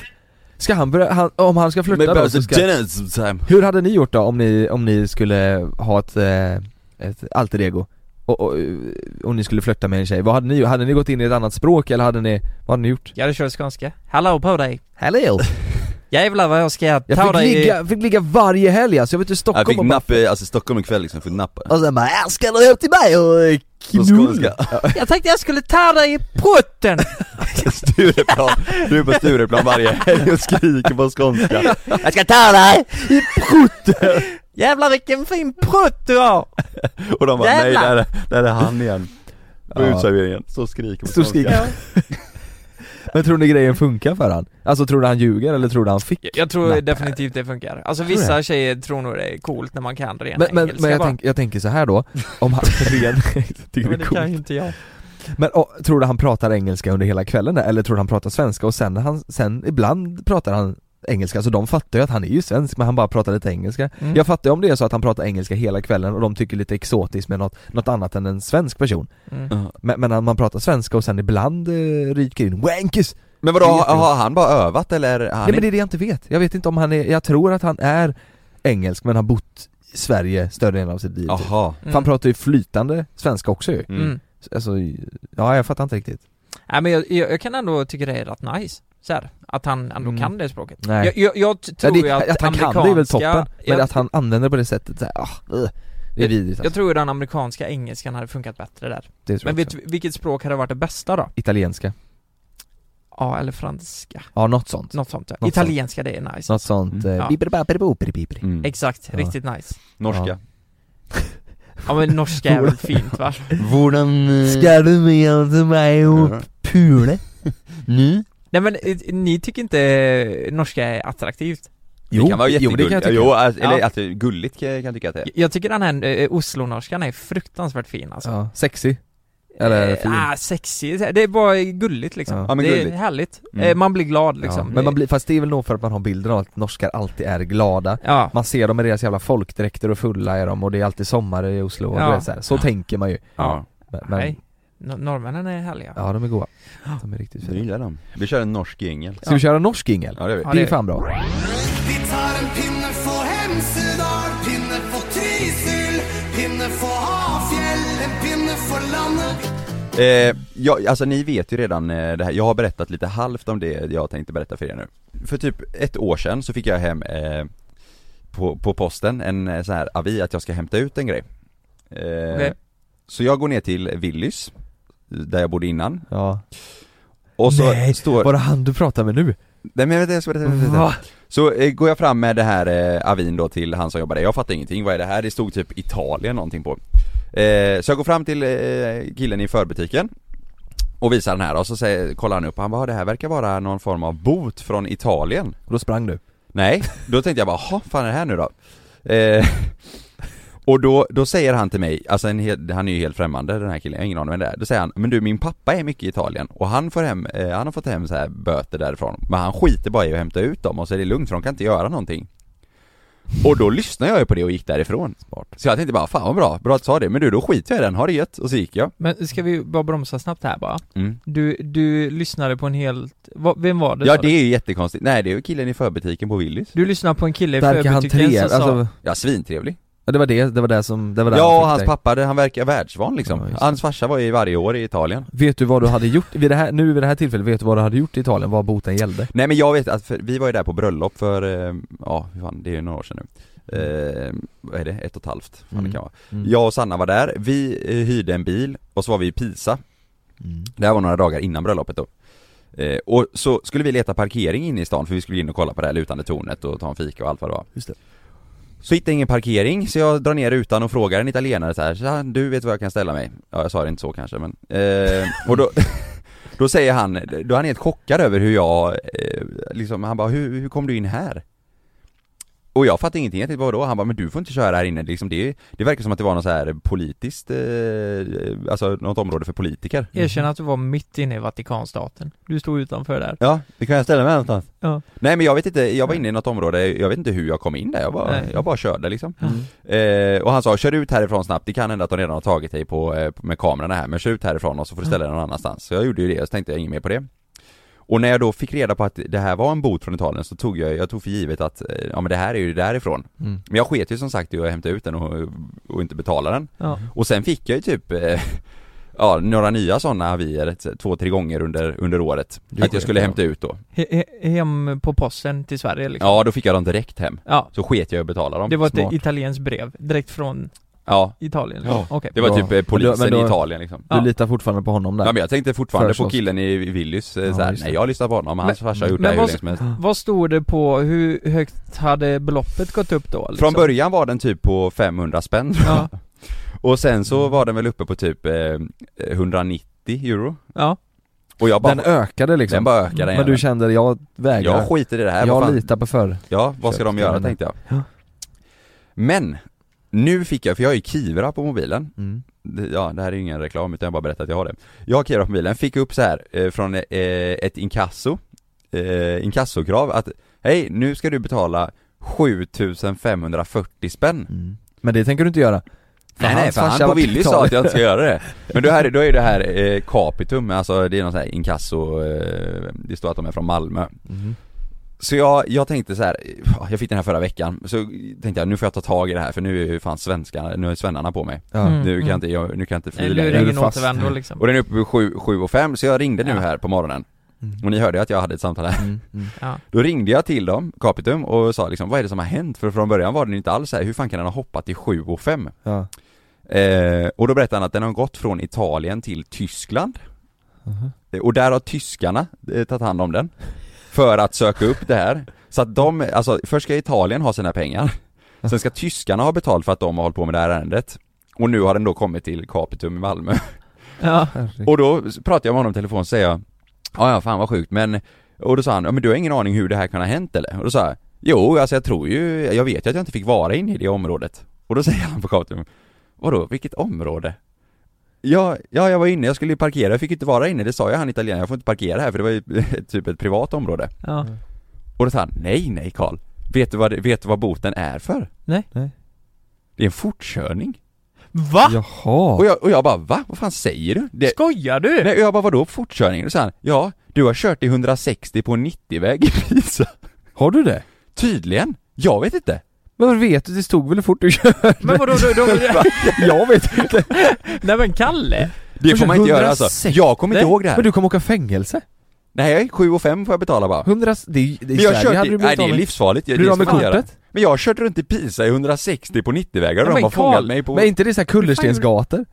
B: Ska han börja, han, om han ska flirta då så ska Hur hade ni gjort då om ni, om ni skulle ha ett, eh, ett alter ego? Och, och, eh, om ni skulle flirta med en tjej, vad hade ni gjort? Hade ni gått in i ett annat språk eller hade ni, vad hade ni gjort?
C: Jag hade kört skånska, hallå på dig!
B: Hello!
C: Jävlar vad jag ska
B: Jag
C: ta
B: fick
C: dig i...
B: ligga, fick ligga varje helg alltså, jag var ute i
D: Jag
B: Stockholm
D: fick
B: och bara,
D: napp, eh, alltså Stockholm en kväll liksom, fick nappa.
B: och sen bara 'Jag ska du upp till mig och eh,
D: På
B: knulla'
D: skånska.
C: Jag tänkte jag skulle ta dig i prutten!
D: Stureplan, du är på Stureplan varje helg och skriker på skånska.
B: Jag ska ta dig!
C: Jävlar vilken fin prutt du har!
D: Och de bara nej,
C: Jävlar.
D: där, är- där är han igen. På
B: Ja.
D: utserveringen, så skriker på
B: Så
D: skånska.
B: skriker Men tror ni grejen funkar för han? Alltså tror du han ljuger eller tror du han fick?
C: Jag, jag tror
B: Napp.
C: definitivt det funkar. Alltså
B: Tror du
C: vissa
B: det?
C: tjejer tror nog det är coolt när man kan ren
B: Men, men,
C: engelska
B: men jag,
C: bara.
B: tänk, jag tänker så här då, om han ren, jag tycker det
C: men
B: är
C: det
B: coolt.
C: kan ju inte jag.
B: Men och, tror du han pratar engelska under hela kvällen där, eller tror du han pratar svenska och sen, när han, sen ibland pratar han engelska, så de fattar ju att han är ju svensk men han bara pratar lite engelska
C: Mm.
B: Jag fattar ju om det är så att han pratar engelska hela kvällen och de tycker lite exotiskt med något, något annat än en svensk person
C: Mm.
B: Men, men när man pratar svenska och sen ibland eh, ryker in 'wankers'
D: Men vadå,
B: Det är jättebra.
D: har, har han bara övat eller? är Han
B: Nej men det är det jag inte vet, jag vet inte om han är, jag tror att han är engelsk men har bott i Sverige större delen av sitt liv typ.
D: Jaha.
B: För han pratar ju flytande svenska också ju
C: Mm.
D: Mm.
B: Alltså, ja jag fattar inte riktigt
C: Nej men jag, jag, jag kan ändå tycka det är rätt nice. Så här, att han ändå
B: Mm.
C: kan det språket.
B: Nej.
C: Jag, jag, jag t-
B: Ja,
C: tror
B: det,
C: ju att,
B: att han
C: amerikanska...
B: kan det är väl toppen, men
C: jag,
B: att han använder det på det sättet så här, ah, ugh, det är vidrigt
C: jag
B: alltså.
C: tror ju den amerikanska engelskan hade funkat bättre där.
B: det tror
C: Men
B: jag
C: vet
B: också.
C: du vilket språk hade varit det bästa då?
B: Italienska,
C: Ja, eller franska.
B: ja något sånt
C: Något sånt. ja.
B: Något
C: Italienska, det är nice.
B: Något sånt,
D: Mm.
B: eh,
C: Ja.
B: bibbidi-babbidi-bo, bibbidi-bibbidi.
D: Mm.
C: Exakt,
B: Ja.
C: riktigt nice.
D: Norska.
C: Ja men norska är väl fint va?
D: Våran...
C: Mm.
D: eh,
B: Ska du med till mig
D: Mm.
B: och pule? Nu?
C: Nej men eh, ni tycker inte eh, norska är attraktivt?
D: Jo, det kan vara
B: jo det
D: jättegulligt.
B: kan jag tycka
D: Jo, alltså, eller
C: Ja.
D: att det är gulligt kan jag kan jag tycka att det är.
C: Jag- Jag tycker den här eh, Oslo-norskan är fruktansvärt fin alltså.
B: ja. Sexy, eller
C: Eh,
B: fin.
C: Ah, sexig, det är bara gulligt liksom.
B: Ja.
D: Ja, men
C: det
D: gulligt.
C: är härligt.
D: Mm.
C: Eh, man blir glad liksom.
B: ja. Men man blir, fast det är väl nog för att man har bilden av att norskar alltid är glada
C: Ja.
B: man ser dem i deras jävla folkdräkter och fulla är de och det är alltid sommar i Oslo och
C: Ja.
B: du vet, så, här. så tänker man ju
C: Ja.
B: Men, men
C: Nej. Nor- Norrmännen är härliga.
B: Ja, de är goda. De är riktigt
D: Du
B: fina.
D: gillar dem. Vi kör en norsk jingel.
B: Ska vi köra norsk jingel?
D: Ja, det gör vi.
C: Ja,
B: Det
C: det
B: är
C: gör
B: fan bra.
G: Vi tar en pinne for Hemsedal, pinne for Trysil, pinne for Hafjell, en pinne for landet
D: Eh, jag, alltså ni vet ju redan eh, det här, jag har berättat lite halvt om det jag tänkte berätta för er nu För typ ett år sedan så fick jag hem eh, på, på posten en eh, sån här avi att jag ska hämta ut en grej eh,
C: Okej.
D: Så jag går ner till Willys, där jag bodde innan,
B: Ja.
D: och så
B: Nej,
D: står...
B: Var det han du pratar med nu?
D: Nej men vänta, jag ska berätta, vänta, vänta.
B: Va?
D: Så eh, går jag fram med det här eh, avin då till han som jobbar där, jag fattar ingenting, vad är det här? Det stod typ Italien någonting på eh, Så jag går fram till eh, killen i förbutiken Och visar den här och så säger, kollar han upp och han bara "Ah, det här verkar vara någon form av bot från Italien
B: Och då sprang du.
D: Nej, då tänkte jag bara, "Jaha, fan är det här nu då? Eh, och då, då säger han till mig, alltså en hel, han är ju helt främmande den här killen, jag har ingen aning vem det är. Då säger han, men du min pappa är mycket i Italien och han får hem, eh, han har fått hem så här böter därifrån. Men han skiter bara i att hämta ut dem och så är det lugnt för de kan inte göra någonting. Och då lyssnade jag ju på det och gick därifrån. Smart. Så jag tänkte bara, fan vad bra, bra att du sa det. Men du då skiter jag i den, ha det gött. Och så gick jag.
C: Men ska vi bara bromsa snabbt här bara?
D: Mm.
C: Du, du lyssnade på en helt... vad- vem var det?
D: Ja
C: sa
D: det
C: du?
D: är ju jättekonstigt. Nej det är ju killen i förbutiken på Willys.
C: du lyssnade på en kille i
B: Verkar han
C: förbutiken
B: tre...
C: som sa...
B: Alltså,
D: Ja svintrevlig.
B: ja, det var det, det var det som... Det var där han
D: Ja och
B: fick
D: hans
B: dig.
D: pappa, det- han verkar världsvan
B: Ja,
D: liksom.
B: just det.
D: hans farsa var ju varje år i Italien.
B: Vet du vad du hade gjort? Vid det här, nu vid det här tillfället, vet du vad du hade gjort i Italien? Vad boten gällde?
D: Nej men jag vet att, för, vi var ju där på bröllop för, eh, ja hur fan, det är ju några år sedan nu eh, Vad är det? Ett och ett halvt? Fan
B: Mm.
D: det kan vara
B: Mm.
D: Jag och Sanna var där, vi eh, hyrde en bil och så var vi i Pisa
B: Mm.
D: Det här var några dagar innan bröllopet då eh, Och så skulle vi leta parkering inne i stan för vi skulle in och kolla på det här lutande tornet och ta en fika och allt vad det var
B: Just det.
D: Så hittade jag ingen parkering så jag drar ner rutan och frågar en italienare så här, "Tja, du vet var jag kan ställa mig? Ja jag sa det inte så kanske men, eh, och då Då säger han, då är han helt chockad över hur jag, eh, liksom, han bara hur, hur kom du in här? Och jag fattade ingenting, jag tänkte vadå? Han bara men du får inte köra här inne, liksom det, det verkar som att det var något så här politiskt, eh, alltså något område för politiker
C: Erkänn att du var mitt inne i Vatikanstaten. Du stod utanför där.
D: Ja, det kan jag ställa mig någonstans
C: Ja.
D: Nej men jag vet inte, jag var inne i något område, jag vet inte hur jag kom in där, jag bara,
C: Nej.
D: jag bara körde liksom
B: Mm.
D: eh, Och han sa, kör ut härifrån snabbt, det kan hända att de redan har tagit dig på, eh, med kamerorna här, men kör ut härifrån och så får du ställa dig någon annanstans Så jag gjorde ju det, så tänkte jag inget mer på det Och när jag då fick reda på att det här var en bot från Italien så tog jag, jag tog för givet att, eh, ja men det här är ju därifrån
B: Mm.
D: Men jag sket ju som sagt i att hämta ut den och, och inte betala den
C: Ja.
D: och sen fick jag ju typ eh, Ja, några nya sådana avier t- två, tre gånger under, under året
B: Det är
D: Att jag
B: sjukt,
D: skulle
B: ja.
D: hämta ut då
C: He- he- hem på posten till Sverige liksom.
D: Ja, då fick jag dem direkt hem
C: ja.
D: Så sket jag i att betala dem
C: Det var
B: Smart.
C: ett italienskt brev, direkt från
D: Ja,
C: Italien
D: Ja.
C: liksom. Okej.
D: det var
B: Bra.
D: typ eh, polisen
B: Men då- men då-
D: i Italien liksom
B: Du
C: Ja.
B: litar fortfarande på honom där?
D: Ja men jag tänkte fortfarande på
B: Förstås.
D: killen i i Willys, eh,
B: Ja,
D: såhär,
B: just det.
D: nej jag har lyssnat på honom, hans
C: Men-
D: farsa har gjort det
C: men
D: här hur
C: vad-
D: länge som helst
C: Vad stod det på, hur högt hade beloppet gått upp då? Liksom?
D: Från början var den typ på 500 spänn
C: Ja.
D: Och sen så var den väl uppe på typ eh, 190 euro
C: Ja.
D: Och jag bara,
B: Den
D: den,
B: ökade liksom?
D: bara ökade
B: Men du
D: igen.
B: kände, jag vägrar?
D: Jag skiter i det här, vad
B: jag
D: fan-
B: litar på förr
D: Ja, vad ska de göra
B: Köpte den.
D: tänkte jag.
B: Ja.
D: Men, nu fick jag, för jag har ju Kivra på mobilen,
B: mm.
D: Det- ja det här är ju ingen reklam utan jag bara berättar att jag har det. Jag har Kivra på mobilen, fick upp så här eh, från eh, ett inkasso, eh, inkassokrav att hej nu ska du betala 7540 spänn.
B: Mm. Men det tänker du inte göra? För
D: nej nej
B: hans
D: för
B: farsa
D: han på
B: var
D: Willys sa
B: betald.
D: att jag inte ska göra det. Men då, här, då är det här eh, Capitum, alltså det är någon sån här inkasso, eh, det står att de är från Malmö.
B: Mm.
D: Så jag, jag tänkte så här, eh, jag fick den här förra veckan, så tänkte jag nu får jag ta tag i det här för nu är ju fan svenskarna, nu är svennarna på mig
B: Ja.
C: Mm.
D: Nu kan jag inte, jag, nu kan jag inte fly
C: Nej, nu är
D: längre.
C: det
B: är
C: ingen
B: du fast.
C: återvändo liksom.
D: Och den är uppe på 7, 7 och 5, så jag ringde nu
C: Ja.
D: här på morgonen
B: Mm.
D: Och ni hörde ju att jag hade ett samtal här
B: Mm. Mm.
C: Ja.
D: Då ringde jag till dem, Capitum, och sa liksom vad är det som har hänt? För från början var den ju inte alls så här, hur fan kan den ha hoppat till 7 och 5?
B: Ja.
D: Eh, och då berättade han att den har gått från Italien till Tyskland
B: Mhm.
D: Eh, Och där har tyskarna eh, tagit hand om den För att söka upp det här Så att de, alltså först ska Italien ha sina pengar Sen ska tyskarna ha betalt för att de har hållit på med det här ärendet Och nu har den då kommit till Capitum i Malmö
C: Ja.
B: Herregud.
D: Och då pratade jag med honom i telefon och säger jag "Ja, ja fan vad sjukt men Och då sa han, ja men du har ingen aning hur det här kan ha hänt eller? Och då sa jag Jo alltså jag tror ju, jag vet ju att jag inte fick vara inne i det området Och då säger han på Capitum Vadå, vilket område? Ja, ja jag var inne, jag skulle ju parkera, jag fick ju inte vara inne, det sa jag han italienaren, jag får inte parkera här för det var ju typ ett privat område
C: ja.
D: Och då sa han, nej nej Karl Vet du vad, det- vet du vad boten är för?
C: Nej.
B: Nej.
D: Det är en fortkörning
C: Va?
B: Jaha.
D: Och jag, och jag bara va? Vad fan säger du? Det...
C: Skojar du?
D: Nej, och jag bara vadå fortkörning? Och så han, ja, du har kört i 160 på en 90-väg i Pisa.
B: Har du det?
D: Tydligen. Jag vet inte.
B: Men vad vet du? Det stod väl hur fort du körde?
C: Men vadå, då, då, då,
B: jag vet inte.
C: nej men Kalle!
D: Det får man inte göra alltså.
B: 160.
D: Jag kommer inte ihåg det här.
B: Men du kommer åka fängelse?
D: Nej, 7 och 5 får jag betala bara.
B: 100, det är, det är
D: Men jag har
B: Sverige
D: kört
B: hade
D: i,
B: du
D: nej
B: blivit
D: det
B: av
D: är
B: med.
D: livsfarligt, jag,
B: Blir du
D: det
B: av
D: ska
B: med
D: man göra.
B: kortet?
D: Men jag har kört runt i Pisa i 160 på 90-vägar och
C: Ja,
D: de
C: men
D: har
C: Carl,
D: fångat mig på...
B: Men inte det så här kullerstensgator?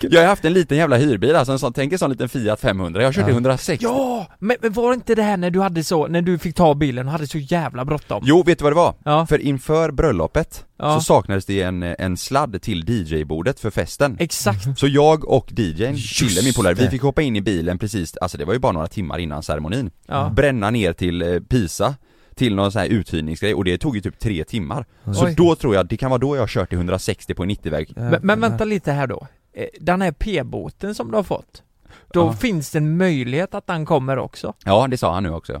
D: Jag har haft en liten jävla hyrbil alltså, en sån, tänk en sån liten Fiat 500, jag har kört i 160.
C: Ja! Men, men var inte det här när du hade så, när du fick ta bilen och hade så jävla bråttom?
D: Jo, vet du vad det var?
C: Ja.
D: För inför bröllopet
C: Ja.
D: så saknades det en, en sladd till DJ-bordet för festen.
C: Exakt.
D: Så jag och DJn, Chille, min polare, vi
B: det.
D: fick hoppa in i bilen precis, alltså det var ju bara några timmar innan ceremonin
C: Ja.
D: Bränna ner till eh, Pisa Till någon sån här uthyrningsgrej och det tog ju typ tre timmar Så
C: Oj.
D: då tror jag, det kan vara då jag har kört i 160 på en 90-väg
C: Men, men vänta lite här då. Eh, Den här p-boten som du har fått, då
D: Ja.
C: finns det en möjlighet att den kommer också.
D: Ja, det sa han nu också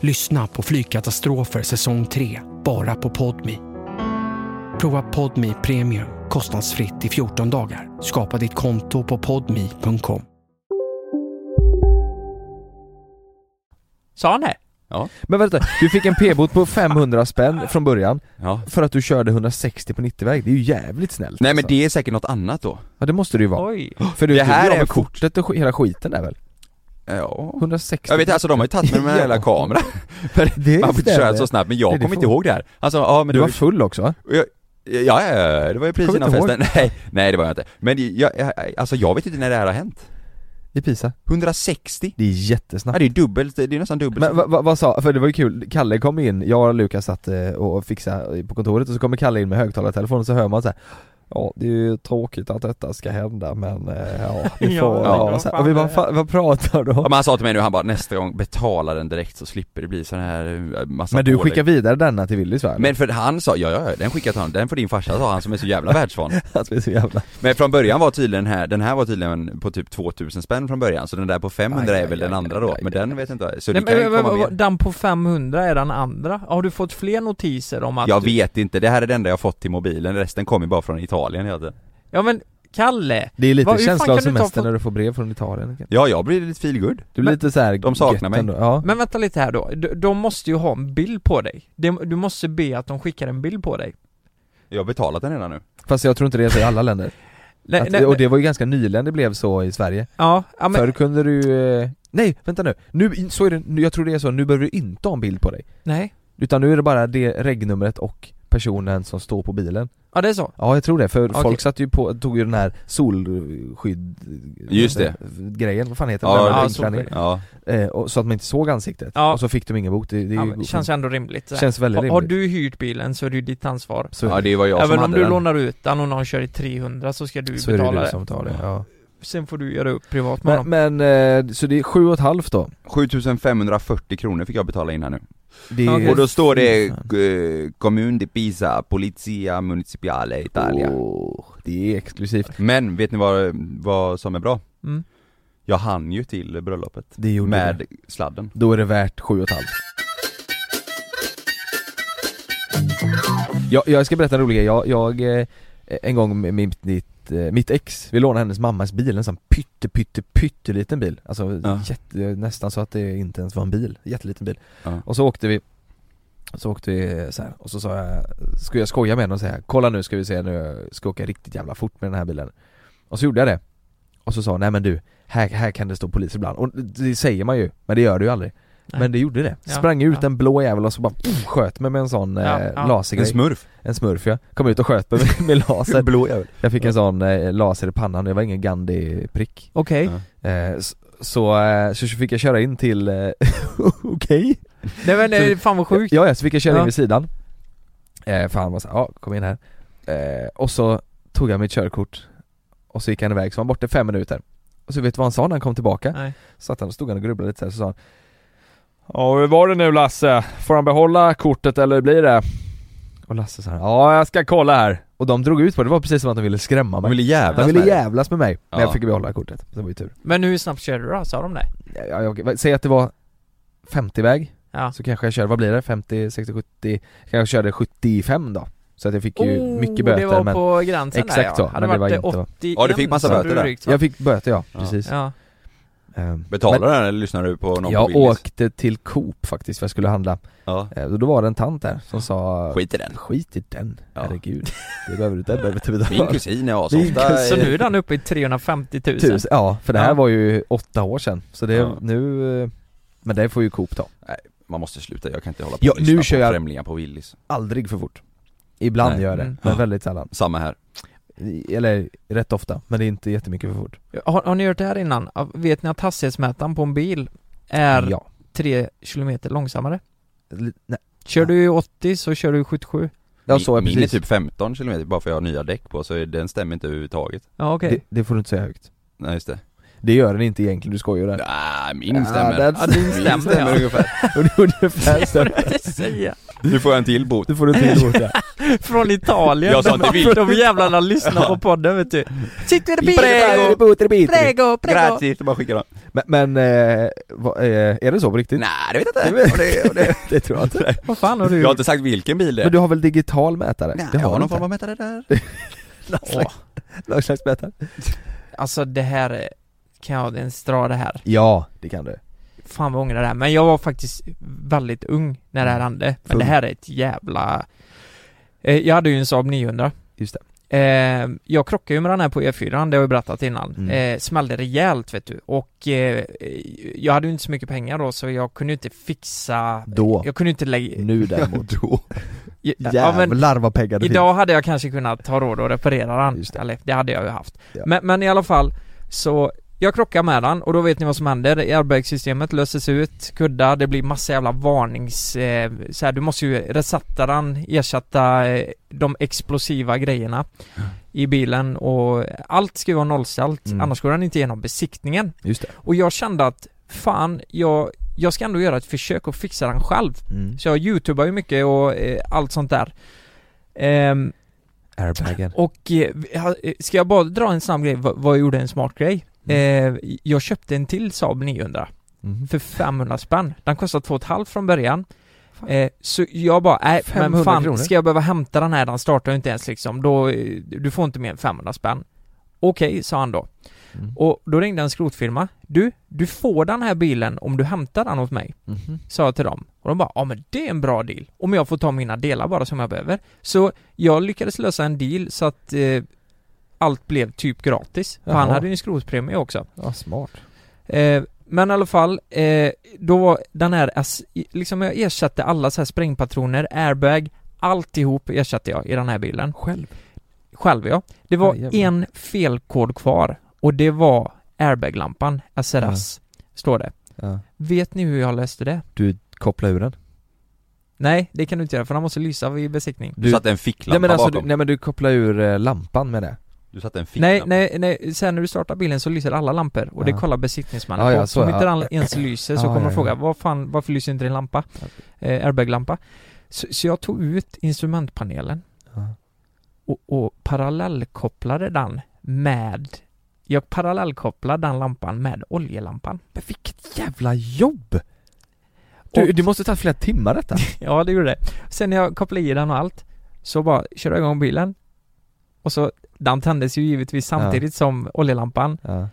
H: Lyssna på Flygkatastrofer säsong 3, bara på Podmi. Prova Podmi Premium kostnadsfritt i 14 dagar. Skapa ditt konto på podmi.com.
C: Sa han det?
D: Ja
B: Men vänta, du fick en p-bot på 500 spänn från början
D: Ja
B: För att du körde 160 på 90-väg, det är ju jävligt snällt
D: Nej men
B: alltså.
D: det är säkert något annat då
B: Ja det måste det ju vara
C: Oj.
B: För du,
D: Det
B: det
D: här
B: här du
D: är
B: är kortet och sk- hela skiten där väl?
D: Ja
B: 160
D: Jag vet alltså de har ju tagit med den
B: Ja.
D: här jävla kameran
B: Det
D: Man får inte
B: stämmer.
D: köra så snabbt, men jag
B: Nej, det
D: kommer inte
B: får-
D: ihåg det här Alltså, ja men
B: Du
D: då-
B: var full också va?
D: Och jag- Ja, ja, ja, det var ju precis
B: Kommer
D: innan
B: inte ihåg.
D: festen. Nej, nej det var jag inte. Men jag, jag, alltså jag vet inte när det här har hänt.
B: I Pisa?
D: 160?
B: Det är jättesnabbt
D: Ja, det är dubbelt, det är nästan dubbelt.
B: Men vad va, vad sa, för det var ju kul, Kalle kom in, jag och Lukas satt eh, och fixade på kontoret och så kommer Kalle in med högtalartelefonen och så hör man så här. Ja det är ju tråkigt att detta ska hända men eh, ja, vi
C: Ja,
B: får, ja,
C: vad
B: så här,
C: fan
B: och vi bara,
C: är det?
B: "Fan, vad pratar du
D: ja,
B: om?
D: men han sa till mig nu, han bara nästa gång betala den direkt så slipper det bli sån här eh, massa
C: alltså,
B: Men du
D: pålägg."
B: skickar vidare denna till Willys va?
D: Men för han sa, ja ja ja, den skickar till honom, den får din farsa ta, han som är så jävla världsvan.
B: Att vi är så jävla
D: Men från början var tydligen den här, den här var tydligen på typ 2000 spänn från början, så den där på 500
B: Aj,
D: är väl
B: aj,
D: den
B: aj,
D: andra
B: aj,
D: då,
B: aj,
D: men
B: aj,
D: den
B: aj.
D: vet inte jag, så
C: Nej,
D: det kan ju
C: men, men,
D: komma
C: men,
D: mer.
C: den på 500 är den andra. Har du fått fler notiser om att
D: Jag
C: du...
D: vet inte, det här är det enda jag fått till mobilen, resten kommer ju bara från Italien hela tiden.
C: Ja men Kalle!
B: Det är lite
C: Vad- hur fan
B: känsla
C: kan
B: av
C: du ta
B: semester
C: fått-
B: när du får brev från Italien
D: Ja, jag blir lite feel good.
B: Du blir lite så här
D: de saknar
B: gött
D: mig.
B: ändå. Ja.
C: Men vänta lite här då, de, de måste ju ha en bild på dig. De, du måste be att de skickar en bild på dig.
D: Jag har betalat den redan nu.
B: Fast jag tror inte det är så i alla länder
C: Nej,
B: att,
C: nej,
B: Och det var ju ganska nyligen det blev så i Sverige
C: Ja, ja men,
B: Förr kunde du ju, eh, Nej, vänta nu! Nu, så är det, nu- jag tror det är så, nu behöver du inte ha en bild på dig
C: nej.
B: Utan nu är det bara det regnumret och personen som står på bilen
C: Ja det är så.
B: Ja jag tror det, för
C: Okej.
B: folk satt ju på, tog ju den här solskydd...
D: Just det.
B: Grejen, vad fan heter
D: Ja,
B: den?
C: ja,
B: Ja,
C: solskydd.
D: Ja.
B: eh, och, så att man inte såg ansiktet,
C: Ja.
B: och så fick de ingen bot, det, det är
C: Ja,
B: ju
C: men, det känns ändå rimligt. så här.
B: Känns väldigt
C: har, har
B: rimligt
C: du hyrt bilen så är det ju ditt ansvar.
B: så,
D: Ja det var jag som
C: Även om
D: hade
C: du
D: den.
C: lånar ut den och någon kör i 300 så ska du
B: så är det
C: betala
B: du
C: det.
B: som tar det, ja.
C: Sen får du göra upp privat med
B: Men,
C: honom.
B: men eh, så det är sju och ett halvt då?
D: 7540 kronor fick jag betala in här nu.
B: Det är-
D: Och då står det eh, Commun di Pisa, Polizia Municipale Italia
B: Det är exklusivt
D: Men vet ni vad, vad som är bra?
C: Mm.
D: Jag hann ju till bröllopet
B: Det gjorde
D: Med
B: du.
D: sladden
B: Då är det värt sju och ett halvt. Jag, jag ska berätta en rolig grej. Jag, jag eh, en gång med mitt, mitt, eh, mitt ex, vi lånade hennes mammas bil, en sån pytte pytte pytteliten bil. Alltså jätte, nästan så att det inte ens var en bil, jätteliten bil.
D: Ja.
B: Och så åkte vi så åkte vi så här, och så sa jag, skulle jag skoja med henne och säga kolla nu ska vi se nu, jag ska åka riktigt jävla fort med den här bilen Och så gjorde jag det Och så sa hon, nej men du, här, här kan det stå polis ibland Och det säger man ju, men det gör du ju aldrig
C: Nej.
B: Men det gjorde det,
C: Ja,
B: sprang ut en blå jävel och så bara pff, sköt mig med en sån
C: Ja,
B: eh,
C: ja.
B: lasergrej
D: En smurf.
B: En smurf ja, kom ut och sköt mig med, med laser
D: Blå jävel
B: Jag fick en sån eh, laser i pannan, det var ingen Gandhi-prick
C: Okej.
B: Eh, s- så, eh, så fick jag köra in till, eh, okej?
C: Nej men eh, fan vad sjukt.
B: Ja, ja, så fick jag köra
C: Ja.
B: in vid sidan eh, För han var så här, ja kom in här eh, Och så tog han mitt körkort Och så gick han iväg, så var han borta fem minuter Och så vet du vad han sa när han kom tillbaka?
C: Nej.
B: Satt han och stod han och grubblade lite så här, så sa han Ja hur var det nu Lasse? Får han behålla kortet eller hur blir det? Och Lasse sa ja jag ska kolla här Och de drog ut på det, det var precis som att de ville skrämma mig
D: ville
B: De
D: jävlas
B: ville
D: med dig.
B: jävlas med mig, men
D: Ja.
B: jag fick behålla kortet, det var ju tur
C: Men hur snabbt körde du då? Sa de det?
B: ja, jag, Säg att det var 50-väg
C: Ja.
B: Så kanske jag körde, vad blir det? 50, 60, 70? Kanske jag körde 75 då Så att jag fick ju
C: Oh,
B: mycket böter
C: det var
B: men
C: på gränsen där,
B: Exakt
C: ja.
B: så,
C: Hade
B: men det var
C: varit
B: inte
C: 81
D: Ja, du fick massa
C: så hade
D: böter
C: du
D: där.
C: ryckt, va?
B: Jag fick böter ja, precis
C: Ja.
B: Ehm,
D: Betalar
B: men
D: den eller lyssnar du på någon på
B: Jag
D: Willys?
B: åkte till Coop faktiskt för jag skulle handla
D: Ja.
B: Ehm, och Då var det en tant där som sa
D: Skit i den.
B: Skit i den, herregud Det behöver du den behöver du inte betala
D: Min kusin
B: Min
D: är asofta
C: Så nu är
D: eh,
C: den uppe i 350 000.
B: Tusen, ja, för det här
C: Ja.
B: var ju åtta år sedan Så det,
D: Ja.
B: nu eh, Men det får ju Coop ta
D: Nej, man måste sluta, jag kan inte hålla på
B: Ja,
D: och
B: nu
D: lyssna
B: kör
D: på
B: jag-
D: främlingar på Willys
B: Aldrig för fort Ibland
D: Nej.
B: gör jag det,
C: Mm.
B: men väldigt sällan
D: Samma här
B: Eller rätt ofta, men det är inte jättemycket för fort
C: Har, har ni gjort det här innan? Ja, Vet ni att hastighetsmätaren på en bil är
B: Ja,
C: 3 km långsammare?
B: Li- nej.
C: Kör du 80 så kör du 77.
B: ja så är
D: Min är
B: precis
D: typ 15 km bara för jag har nya däck på så den stämmer inte överhuvudtaget
C: Ja okej.
B: det, det får du inte säga högt
D: Nej just det
B: Det gör den inte egentligen, du skojar där
D: Nej, min
B: Ja,
D: stämmer
B: den
C: Ja, din stämmer, ja.
D: ungefär
B: Ungefär
C: Det
B: så
C: får du inte säga.
D: Nu får jag en till bot
B: Du får du till bort det
C: Från Italien.
D: Jag sa inte vilket.
C: De jävlarna lyssnar på podden vet du. Sitter i bilen. Prego, prego.
D: Grazie, så bara skicka dem
B: Men, men eh, vad, eh, är det så på riktigt?
D: Nej det vet jag inte, och det, och det.
B: Det tror jag inte
C: Vad fan har du
D: Jag har
C: gjort?
D: inte sagt vilken bil det är
B: typ. Men du har väl digital mätare?
D: Nej,
B: det
D: jag har
B: du
D: någon
B: inte.
D: form av mätare där
B: Någon slags- Någon slags mätare?
C: Alltså det här, är- kan jag ens dra det här?
B: Ja, det kan du
C: Fan vad jag ångrar det här, men jag var faktiskt väldigt ung när det här hände Men
B: Mm. Full.
C: det här är ett jävla... Eh, Jag hade ju en Saab 900
B: Just
C: Eh, jag krockade ju med den här på E4, det har jag ju berättat innan.
B: Mm.
C: Eh, smällde rejält vet du. Och eh, jag hade ju inte så mycket pengar då så jag kunde ju inte fixa...
B: Då.
C: Jag kunde ju inte lägga...
B: Nu däremot
D: Då
C: Ja, men
B: Jävlar vad pengar det
C: Idag hade jag kanske kunnat ha råd att reparera den,
B: Just det.
C: eller det hade jag ju haft.
B: Ja.
C: Men, men i alla fall, så jag krockar med den och då vet ni vad som händer. Airbagsystemet löses ut, kuddar, det blir massa jävla varnings... Eh, så här, du måste ju resatta den, ersätta eh, de explosiva grejerna i bilen och allt ska ju vara nollställt,
B: Mm.
C: annars går den inte igenom besiktningen.
B: finns. Just det
C: Och jag kände att, fan, jag, jag ska ändå göra ett försök och fixa den själv.
B: mm.
C: Så jag youtubar ju mycket och eh, allt sånt där. Ehm,
B: Airbagen
C: och eh, vi- ha- eh, ska jag bara dra en snabb grej, vad vad jag gjorde en smart grej? Eh, jag köpte en till Saab 900
B: mm.
C: för 500 spänn. Den kostade 2,5 från början. Eh, så jag bara, nej men
B: 500
C: fan,
B: kronor?
C: ska jag behöva hämta den här? Den startar ju inte ens liksom, då, eh, du får inte mer än 500 spänn. Okej, sa han då.
B: Mm.
C: Och då ringde en skrotfirma. Du, du får den här bilen om du hämtar den åt mig
B: Mhm.
C: sa jag till dem. Och de bara, ja men det är en bra deal. Om jag får ta mina delar bara som jag behöver. Så jag lyckades lösa en deal så att eh, allt blev typ gratis. För han
B: Jaha.
C: hade ju en skrotpremie också.
B: Ja, smart
C: Eh, men i alla fall, eh, då var den här, ass- i- liksom jag ersatte alla så här sprängpatroner, airbag, alltihop ersatte jag i den här bilen.
B: Själv?
C: Själv ja. Det
B: Ja,
C: var
B: jävlar.
C: en felkod kvar och det var airbaglampan, SRS, står det.
B: ja.
C: Vet ni hur jag löste det?
B: Du kopplar ur den?
C: Nej, det kan du inte göra för den måste lysa vid besiktning.
D: Du satte en
B: nej,
D: ficklampa
B: men alltså, du,
D: bakom
B: nej men du kopplar ur eh, lampan med det
D: Du satte en
C: Nej,
D: ficklampa
C: nej, nej, sen när du startar bilen så lyser alla lampor och det
B: Ja.
C: kollar besiktningsmannen
B: Ja, ja,
C: på.
B: så,
C: Om inte
B: ja.
C: den ens lyser så
B: Ja,
C: kommer
B: ja,
C: de fråga
B: ja.
C: vad fan, varför lyser inte din lampa? eh, airbaglampa. Så, så jag tog ut instrumentpanelen och, och parallellkopplade den med jag parallellkopplade den lampan med oljelampan. Men vilket jävla jobb!
B: Du, det måste ta flera timmar detta.
C: Ja, det gjorde det. Sen när jag kopplade i den och allt, så bara körde jag igång bilen. Och så, den tändes ju givetvis samtidigt som oljelampan.
B: Ja.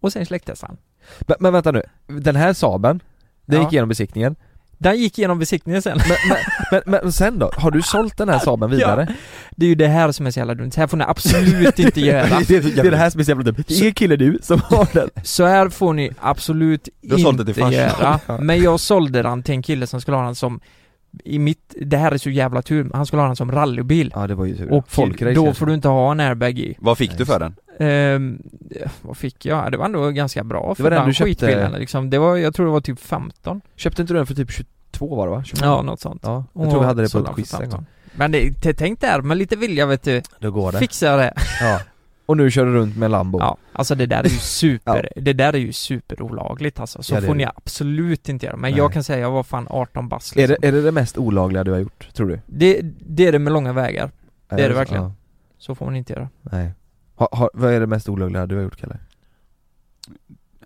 C: Och sen släcktes den.
B: Men, men vänta nu, den här Saben, den
C: Ja.
B: gick igenom besiktningen.
C: Den gick igenom besiktningen sen. Men,
B: men, men, men sen då? Har du sålt den här Saben vidare?
C: Det är ju det här som är så jävla dumt. Det här får ni absolut inte göra.
B: Det, det, det är det här som är så jävla dumt. Det är ingen kille du som har den.
C: Så här får ni absolut
B: Du har sålt det
C: inte
B: till farsan.
C: göra.
B: Ja.
C: Men jag sålde den till en kille som skulle ha den som i mitt, det här är så jävla tur, men han skulle ha den som rallybil.
B: Ja det var ju tur.
C: Och
B: Folkrace
C: då
B: kanske.
C: får du inte ha en airbag i.
D: Vad fick du för den?
C: Ehm, vad fick jag? Det var ändå ganska bra för
B: var den
C: den
B: du köpte-
C: skitbilen liksom. Det var, jag tror det var typ 15
B: Köpte inte du den för typ 22 var det va? 25?
C: Ja, något sånt.
B: Ja, jag
C: Och
B: tror vi hade det på
C: sålde
B: ett
C: den
B: quiz
C: för
B: en gång.
C: 15. Men det, t- tänk där, med lite vilja vet du
B: Då går det.
C: Fixar jag det
B: Ja. Och nu kör du runt med en Lambo.
C: Ja, alltså det där är ju super,
B: Ja.
C: det där är ju superolagligt alltså. Så
B: Ja, det är
C: får ni
B: det.
C: absolut inte göra. Men
B: Nej.
C: jag kan säga, jag var fan 18 bast
B: Är
C: liksom.
B: det, är det det mest olagliga du har gjort, tror du?
C: det, det är det med långa vägar.
B: Ja,
C: Det är det
B: så-
C: verkligen.
B: ja.
C: Så får man inte göra.
B: Nej. Har, har, vad är det mest olagliga du har gjort Kalle?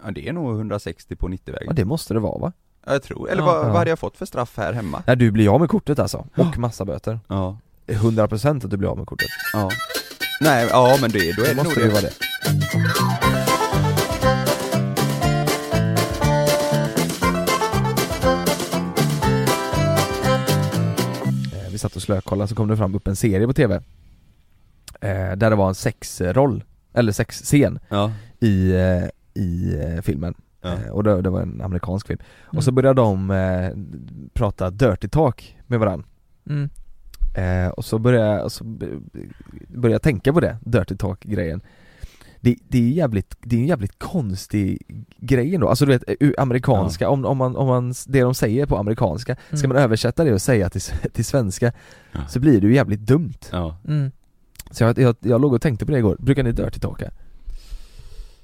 D: Ja, det är nog 160 på 90-vägen.
B: Ja det måste det vara va?
D: Ja, jag tror, eller
B: Ja.
D: vad,
B: Ja.
D: vad hade jag fått för straff här hemma?
B: Nej du blir av med kortet alltså, och massa böter.
D: Ja.
B: 100% att du blir av med kortet.
D: Ja. Nej, ja men det, då är det nog
B: måste det vara det. Eh, Vi satt och slökollade så kom det fram upp en serie på TV eh, Där det var en sexroll, eller sexscen
D: Ja.
B: i, eh, i eh, filmen
D: Ja.
B: eh, Och det, det var en amerikansk film
C: Mm.
B: Och så började de eh, prata dirty talk med varandra
C: Mm.
B: Eh, och så började jag, och så b- b- började jag tänka på det, Dirty Talk-grejen det, det är ju jävligt, det är en jävligt konstig grej då. alltså du vet, ur amerikanska, om, om, man, om man, det de säger på amerikanska, ska
C: Mm.
B: man översätta det och säga till, s- till svenska så blir det ju jävligt dumt
D: Ja.
C: Mm.
B: Så jag, jag, jag låg och tänkte på det igår, brukar ni Dirty Talka?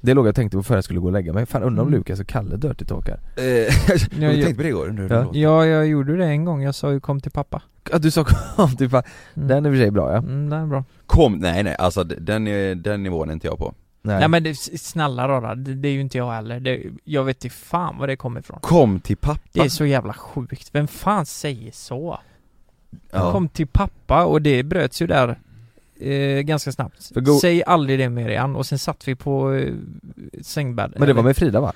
B: Det låg jag och tänkte på före jag skulle gå och lägga mig, fan undrar om
C: Mm.
B: Lukas och Kalle Dirty Talkar?
D: Jag
C: jag-
D: Eh, tänkte på det igår, undrar hur det
B: Ja.
D: låter.
C: Ja, jag gjorde det en gång. Jag sa ju kom till pappa.
B: Ja, du sa kom till pappa, den är i och för sig bra ja
C: Mm, det är bra.
D: Kom, nej nej, alltså d- den, är- den nivån är inte jag på.
C: Nej, men det, snälla rara, det, det är ju inte jag heller. Det, jag vet inte fan var det kommer ifrån.
D: Kom till pappa.
C: Det är så jävla sjukt. Vem fan säger så?
D: Ja.
C: Kom till pappa och det bröts ju där eh, ganska snabbt.
B: För go-
C: Säg aldrig det mer igen och sen satt vi på eh, sängbädd.
B: Men det var med Frida va?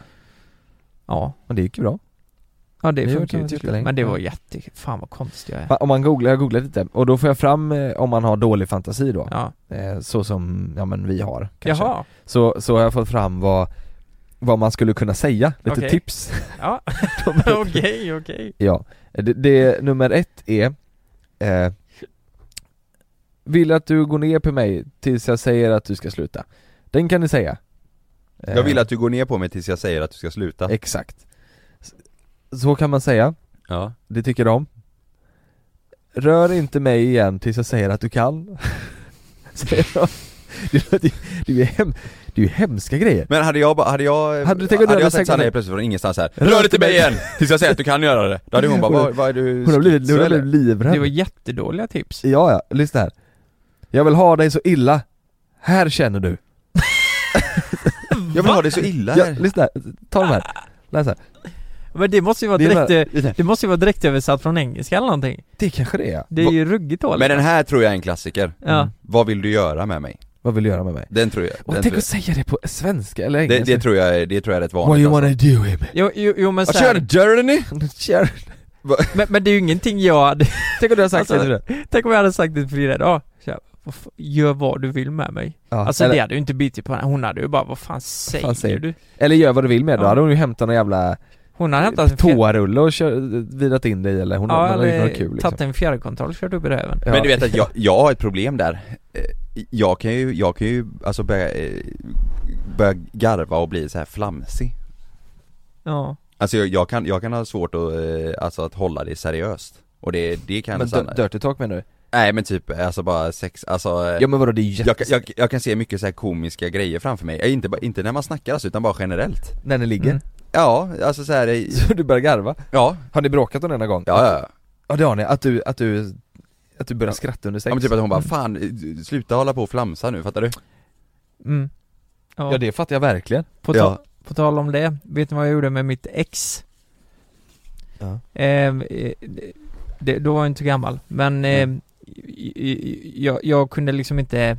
C: Ja.
B: Men det gick ju bra
C: Ja det,
B: Det gjorde
C: funkar ju till
B: det
C: slut.
B: jättelänge.
C: Men det var
B: Ja.
C: jätte... Fan vad konstig jag är.
B: Va, Om man googlar, jag googlar lite och då får jag fram eh, om man har dålig fantasi då
C: Ja.
B: eh, Så som, ja men vi har kanske
C: Jaha.
B: Så, så har jag fått fram vad, vad man skulle kunna säga, lite
C: Okej.
B: tips
C: Ja. Okej, okej.
B: Ja, det, det nummer ett är eh, Vill att du går ner på mig tills jag säger att du ska sluta Den kan ni säga Eh,
D: Jag vill att du går ner på mig tills jag säger att du ska sluta.
B: Exakt S- Så kan man säga
D: Ja.
B: Det tycker de Rör inte mig igen tills jag säger att du kan Säger de Det låter ju- det är ju hem, det är ju hemska grejer
D: Men hade jag bara, hade jag,
B: Hade du tänkt att du
D: hade
B: hade
D: jag
B: sagt
D: sagt såhär
B: det?
D: helt plötsligt från ingenstans här Rör inte mig igen! Tills jag säger att du kan göra det! Då hade hon bara, vad, vad är du
B: Hon har blivit,
D: schizo,
B: hon har
D: eller?"
B: blivit livrädd
C: Det var jättedåliga tips.
B: Ja, ja, lyssna här Jag vill ha dig så illa Här känner du
D: Jag vill ha det så illa
B: ja,
D: här.
B: Lyssna, här. ta de här Läs här
C: Men det måste ju vara
B: Det är
C: direkt, eh, det måste ju vara direkt översatt från engelska eller någonting.
B: Det kanske det är
C: Det är ju ruggigt dåligt.
D: Men
B: alltså.
D: den här tror jag är en klassiker
C: Ja. Mm.
D: Vad vill du göra med mig?
B: Vad vill du göra med mig?
D: Den tror jag,
B: Och
D: den
B: tänk
D: tror
B: att säga det på svenska eller
D: jag. Det,
B: engelska
D: det tror jag, är- det tror jag är rätt
B: What do
D: vanligt alltså.
B: you wanna do him?
C: Jo, jo, jo men
B: Vad
C: såhär-
D: Journey?
B: Kör.
C: Men, men det är ju ingenting jag hade... Alltså,
B: Tänk om du hade sagt det till
C: Tänk om jag hade sagt det till Frida idag. Så jag, "Vad fa- Gör vad du vill med mig.
B: Ja,
C: alltså
B: eller-
C: det hade ju inte bitit på henne. Hon hade ju bara, vad fan säger,
B: Fan, säger
C: du?
B: Eller gör vad du vill med det, då
C: Ja.
B: hade hon ju hämtat någon jävla
C: Hon hade hämtat en fjär-
B: toarulle och kör, virat in dig eller hon, hon
C: Ja,
B: hade gjort
C: eller
B: något kul liksom.
C: tagit en fjärrkontroll och kört upp i röven.
D: Men du vet att jag, jag har ett problem där Eh, Jag kan ju, jag kan ju alltså börja, eh, börja garva och bli så här flamsig
C: Ja.
D: Alltså jag, jag kan, jag kan ha svårt att, eh, alltså att hålla det seriöst Och det, det kan
B: Men
D: jag sanna-
B: dir- dirty talk menar du?
D: Nej men typ, alltså bara sex, alltså eh,
B: Ja, men vadå, det är ju
D: jag,
B: jättes-
D: jag, jag kan se mycket så här komiska grejer framför mig, Eh, inte, bara- inte när man snackar alltså, utan bara generellt
C: Mm.
B: När ni ligger?
D: Ja, alltså så här.
B: Så du börjar garva?
D: Ja
B: Har ni bråkat om denna gång?
D: Ja, ja, ja.
B: Ja det har ni, att du, att du, att du börjar skratta under sex?
D: Ja men typ att hon bara 'Fan, eh, sluta hålla på och flamsa nu, fattar du?'
C: Mm.
B: Ja det fattar jag verkligen
C: På, ta-
B: ja.
C: på tal om det, vet ni vad jag gjorde med mitt ex?
B: Ja.
C: Ehm, Eh, det, då var jag inte så gammal, men eh, i- i- jag, jag kunde liksom inte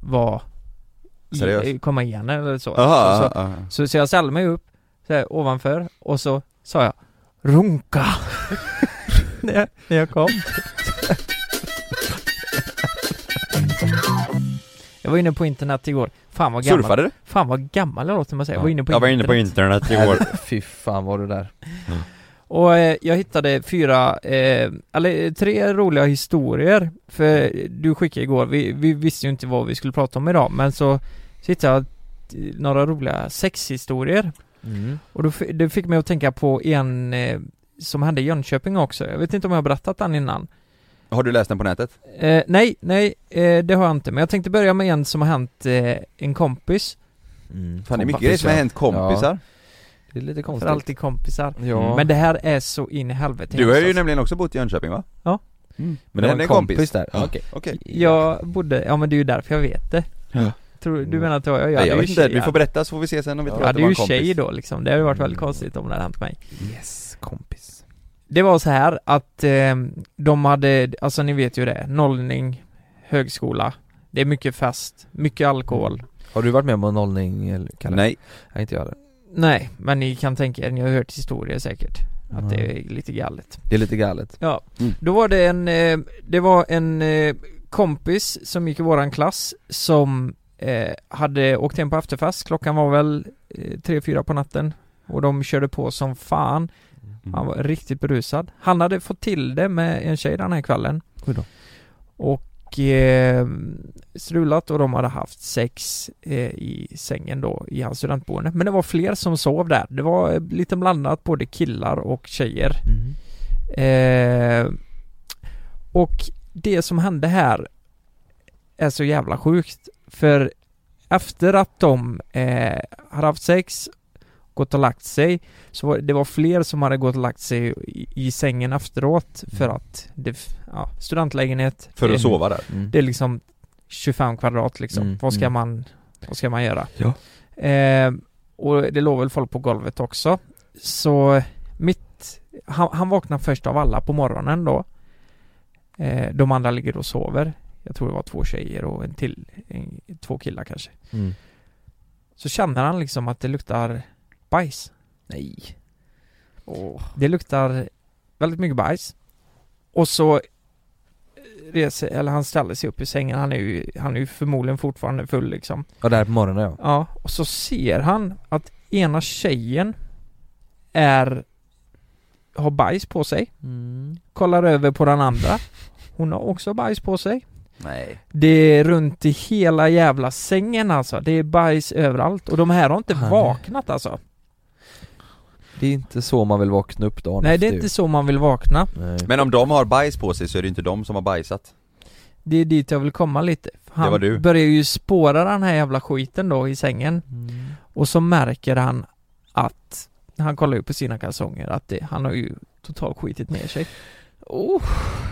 C: vara i-
D: Seriös?
C: eh, komma igen eller så.
D: Aha,
C: så, så,
D: aha.
C: Så, så jag ställde mig upp så här, ovanför och så sa jag Runka! när, jag, när jag kom. Jag var inne på internet igår. Fan vad gammal.
D: Surfade du?
C: Fan vad gammal jag låter man säger. Jag var inne på
D: Jag var inne på internet igår.
B: Fy fan var du där
C: och eh, jag hittade fyra, eh, eller eh, tre roliga historier. För du skickade igår, vi, vi visste ju inte vad vi skulle prata om idag, men så, så hittade jag eh, några roliga sexhistorier.
B: Mm.
C: Och då, fi- det fick mig att tänka på en eh, som hände i Jönköping också. Jag vet inte om jag har berättat den innan.
D: Har du läst den på nätet?
C: Eh, nej, nej, eh, det har jag inte. Men jag tänkte börja med en som har hänt eh, en kompis.
B: mm,
D: Fan det är mycket grejer som har hänt kompisar
B: Det är lite
C: För alltid kompisar. Mm.
D: Ja.
C: Men det här är så in i helvete
D: Du har ju
C: hemskt,
D: nämligen också bott i Jönköping va?
C: alltså. Ja.
D: Mm.
C: Det
D: Men
C: var
D: det hände en
C: en
D: kompis,
C: kompis där.
D: Ja.
B: Okej.
D: Okej.
C: Jag bodde, ja men det är ju därför jag vet det
D: Ja. Mm.
C: Tror, du menar att det var jag? Jag hade
D: Nej, jag
C: ju
D: vet inte,
C: tjej-
D: vi får berätta så får vi se sen om vi
C: Ja,
D: tror
C: jag
D: att
C: hade
D: det var
C: ju
D: en kompis Mm.
C: tjej då liksom, det hade ju varit väldigt konstigt om det hade hänt mig
B: Yes, kompis
C: Det var så här att eh, de hade, alltså ni vet ju det, nollning, högskola Det är mycket fest, mycket alkohol
B: Har du varit med om en nollning eller Kalle?
D: Nej.
B: Nej inte jag heller
C: Nej, men ni kan tänka er, ni har hört historier säkert Att
B: Ja.
C: det är lite galet
B: Det är lite galet
C: Ja, då var det en, eh, det var en eh, kompis som gick i våran klass som eh, hade åkt hem på efterfest, klockan var väl eh, tre fyra på natten och de körde på som fan. Han var riktigt berusad. Han hade fått till det med en tjej den här kvällen.
B: Oj då.
C: Och eh, strulat och de hade haft sex eh, i sängen då i hans studentboende. Men det var fler som sov där. Det var eh, lite blandat både killar och tjejer. Eh, och det som hände här är så jävla sjukt. För efter att de eh, hade haft sex, gått och lagt sig, så var, det var fler som hade gått och lagt sig i, i sängen efteråt för att det, f- ja, studentlägenhet.
D: Mm.
C: Eh,
D: För att
C: det,
D: sova där.
B: Mm.
C: Det är liksom 25 kvadrat liksom.
B: Mm,
C: Vad ska
B: mm.
C: man, vad ska man göra?
B: Ja.
C: Eh, och det låg väl folk på golvet också. Så mitt, han, han vaknar först av alla på morgonen då. Eh, de andra ligger och sover. Jag tror det var två tjejer och en till, en, två killar kanske.
B: Mm.
C: Så känner han liksom att det luktar bajs.
B: Nej.
C: Det luktar väldigt mycket bajs. Och så eh, reser, eller han ställer sig upp i sängen. Han är ju, han är ju förmodligen fortfarande full liksom.
B: Ja där på morgonen ja
C: Ja, och så ser han att ena tjejen är har bajs på sig. Kollar över på den andra. Hon har också bajs på sig.
D: Nej
C: Det är runt i hela jävla sängen alltså. Det är bajs överallt. Och de här har inte
B: Han-
C: vaknat alltså.
B: Det är inte så man vill vakna upp dagen
C: Nej, det är
B: efter
C: inte så man vill vakna.
B: ju. Nej.
D: Men om de har bajs på sig så är det inte de som har bajsat
C: Det är dit jag vill komma lite.
D: Det var du.
C: Han börjar ju spåra den här jävla skiten då i sängen.
B: mm.
C: Och så märker han att, han kollar ju på sina kalsonger, att det, han har ju totalt skitit ner sig. Oh,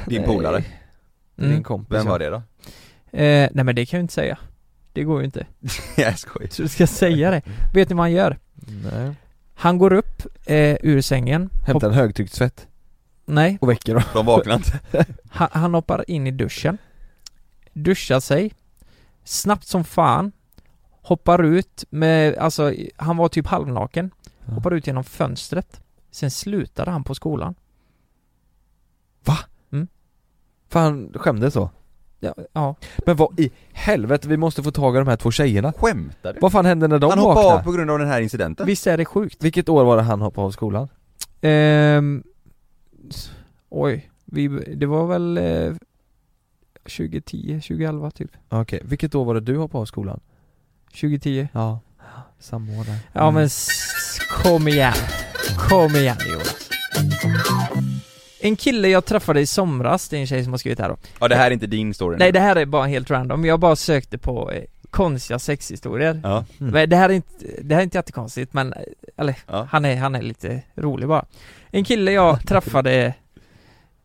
D: Din
B: Nej.
D: polare,
B: Det är
C: Mm.
B: Din kompis
D: vem
B: ja.
D: var det då?
C: eh, nej men det kan jag inte säga. Det går ju inte.
D: Jag skojar
C: Så du ska säga det. Vet ni vad han gör?
B: Nej.
C: Han går upp eh, ur sängen.
B: Hämta en högtryckstvätt
C: nej,
B: och väcker dem
D: De vaknade inte
C: han, han hoppar in i duschen. Duschar sig. Snabbt som fan. Hoppar ut med, alltså han var typ halvnaken. Hoppar ut genom fönstret. Sen slutade han på skolan.
B: Fan, skämdes så?
C: Ja, ja.
B: Men vad i helvete, vi måste få tag i de här två tjejerna
D: Skämtar du?
B: Vad fan hände när de
D: Han hoppade
B: vaknade?
D: av på grund av den här incidenten?
C: Visst är det sjukt?
B: Vilket år var det han hoppade av skolan?
C: Ehm, s- oj, vi, det var väl eh, 2010, 2011 typ.
B: Okej, vilket år var det du hoppade av skolan?
C: 2010.
B: Ja, samma år där
C: Ja men s- kom igen. Kom igen Jonas. En kille jag träffade i somras, det är en tjej som har skrivit här då.
D: Ja det här är inte din story nu.
C: Nej det här är bara helt random, jag bara sökte på eh, konstiga sexhistorier.
D: Ja.
C: Men det här är inte, det här är inte jättekonstigt men, eh, eller han, är, han är lite rolig bara. En kille jag träffade,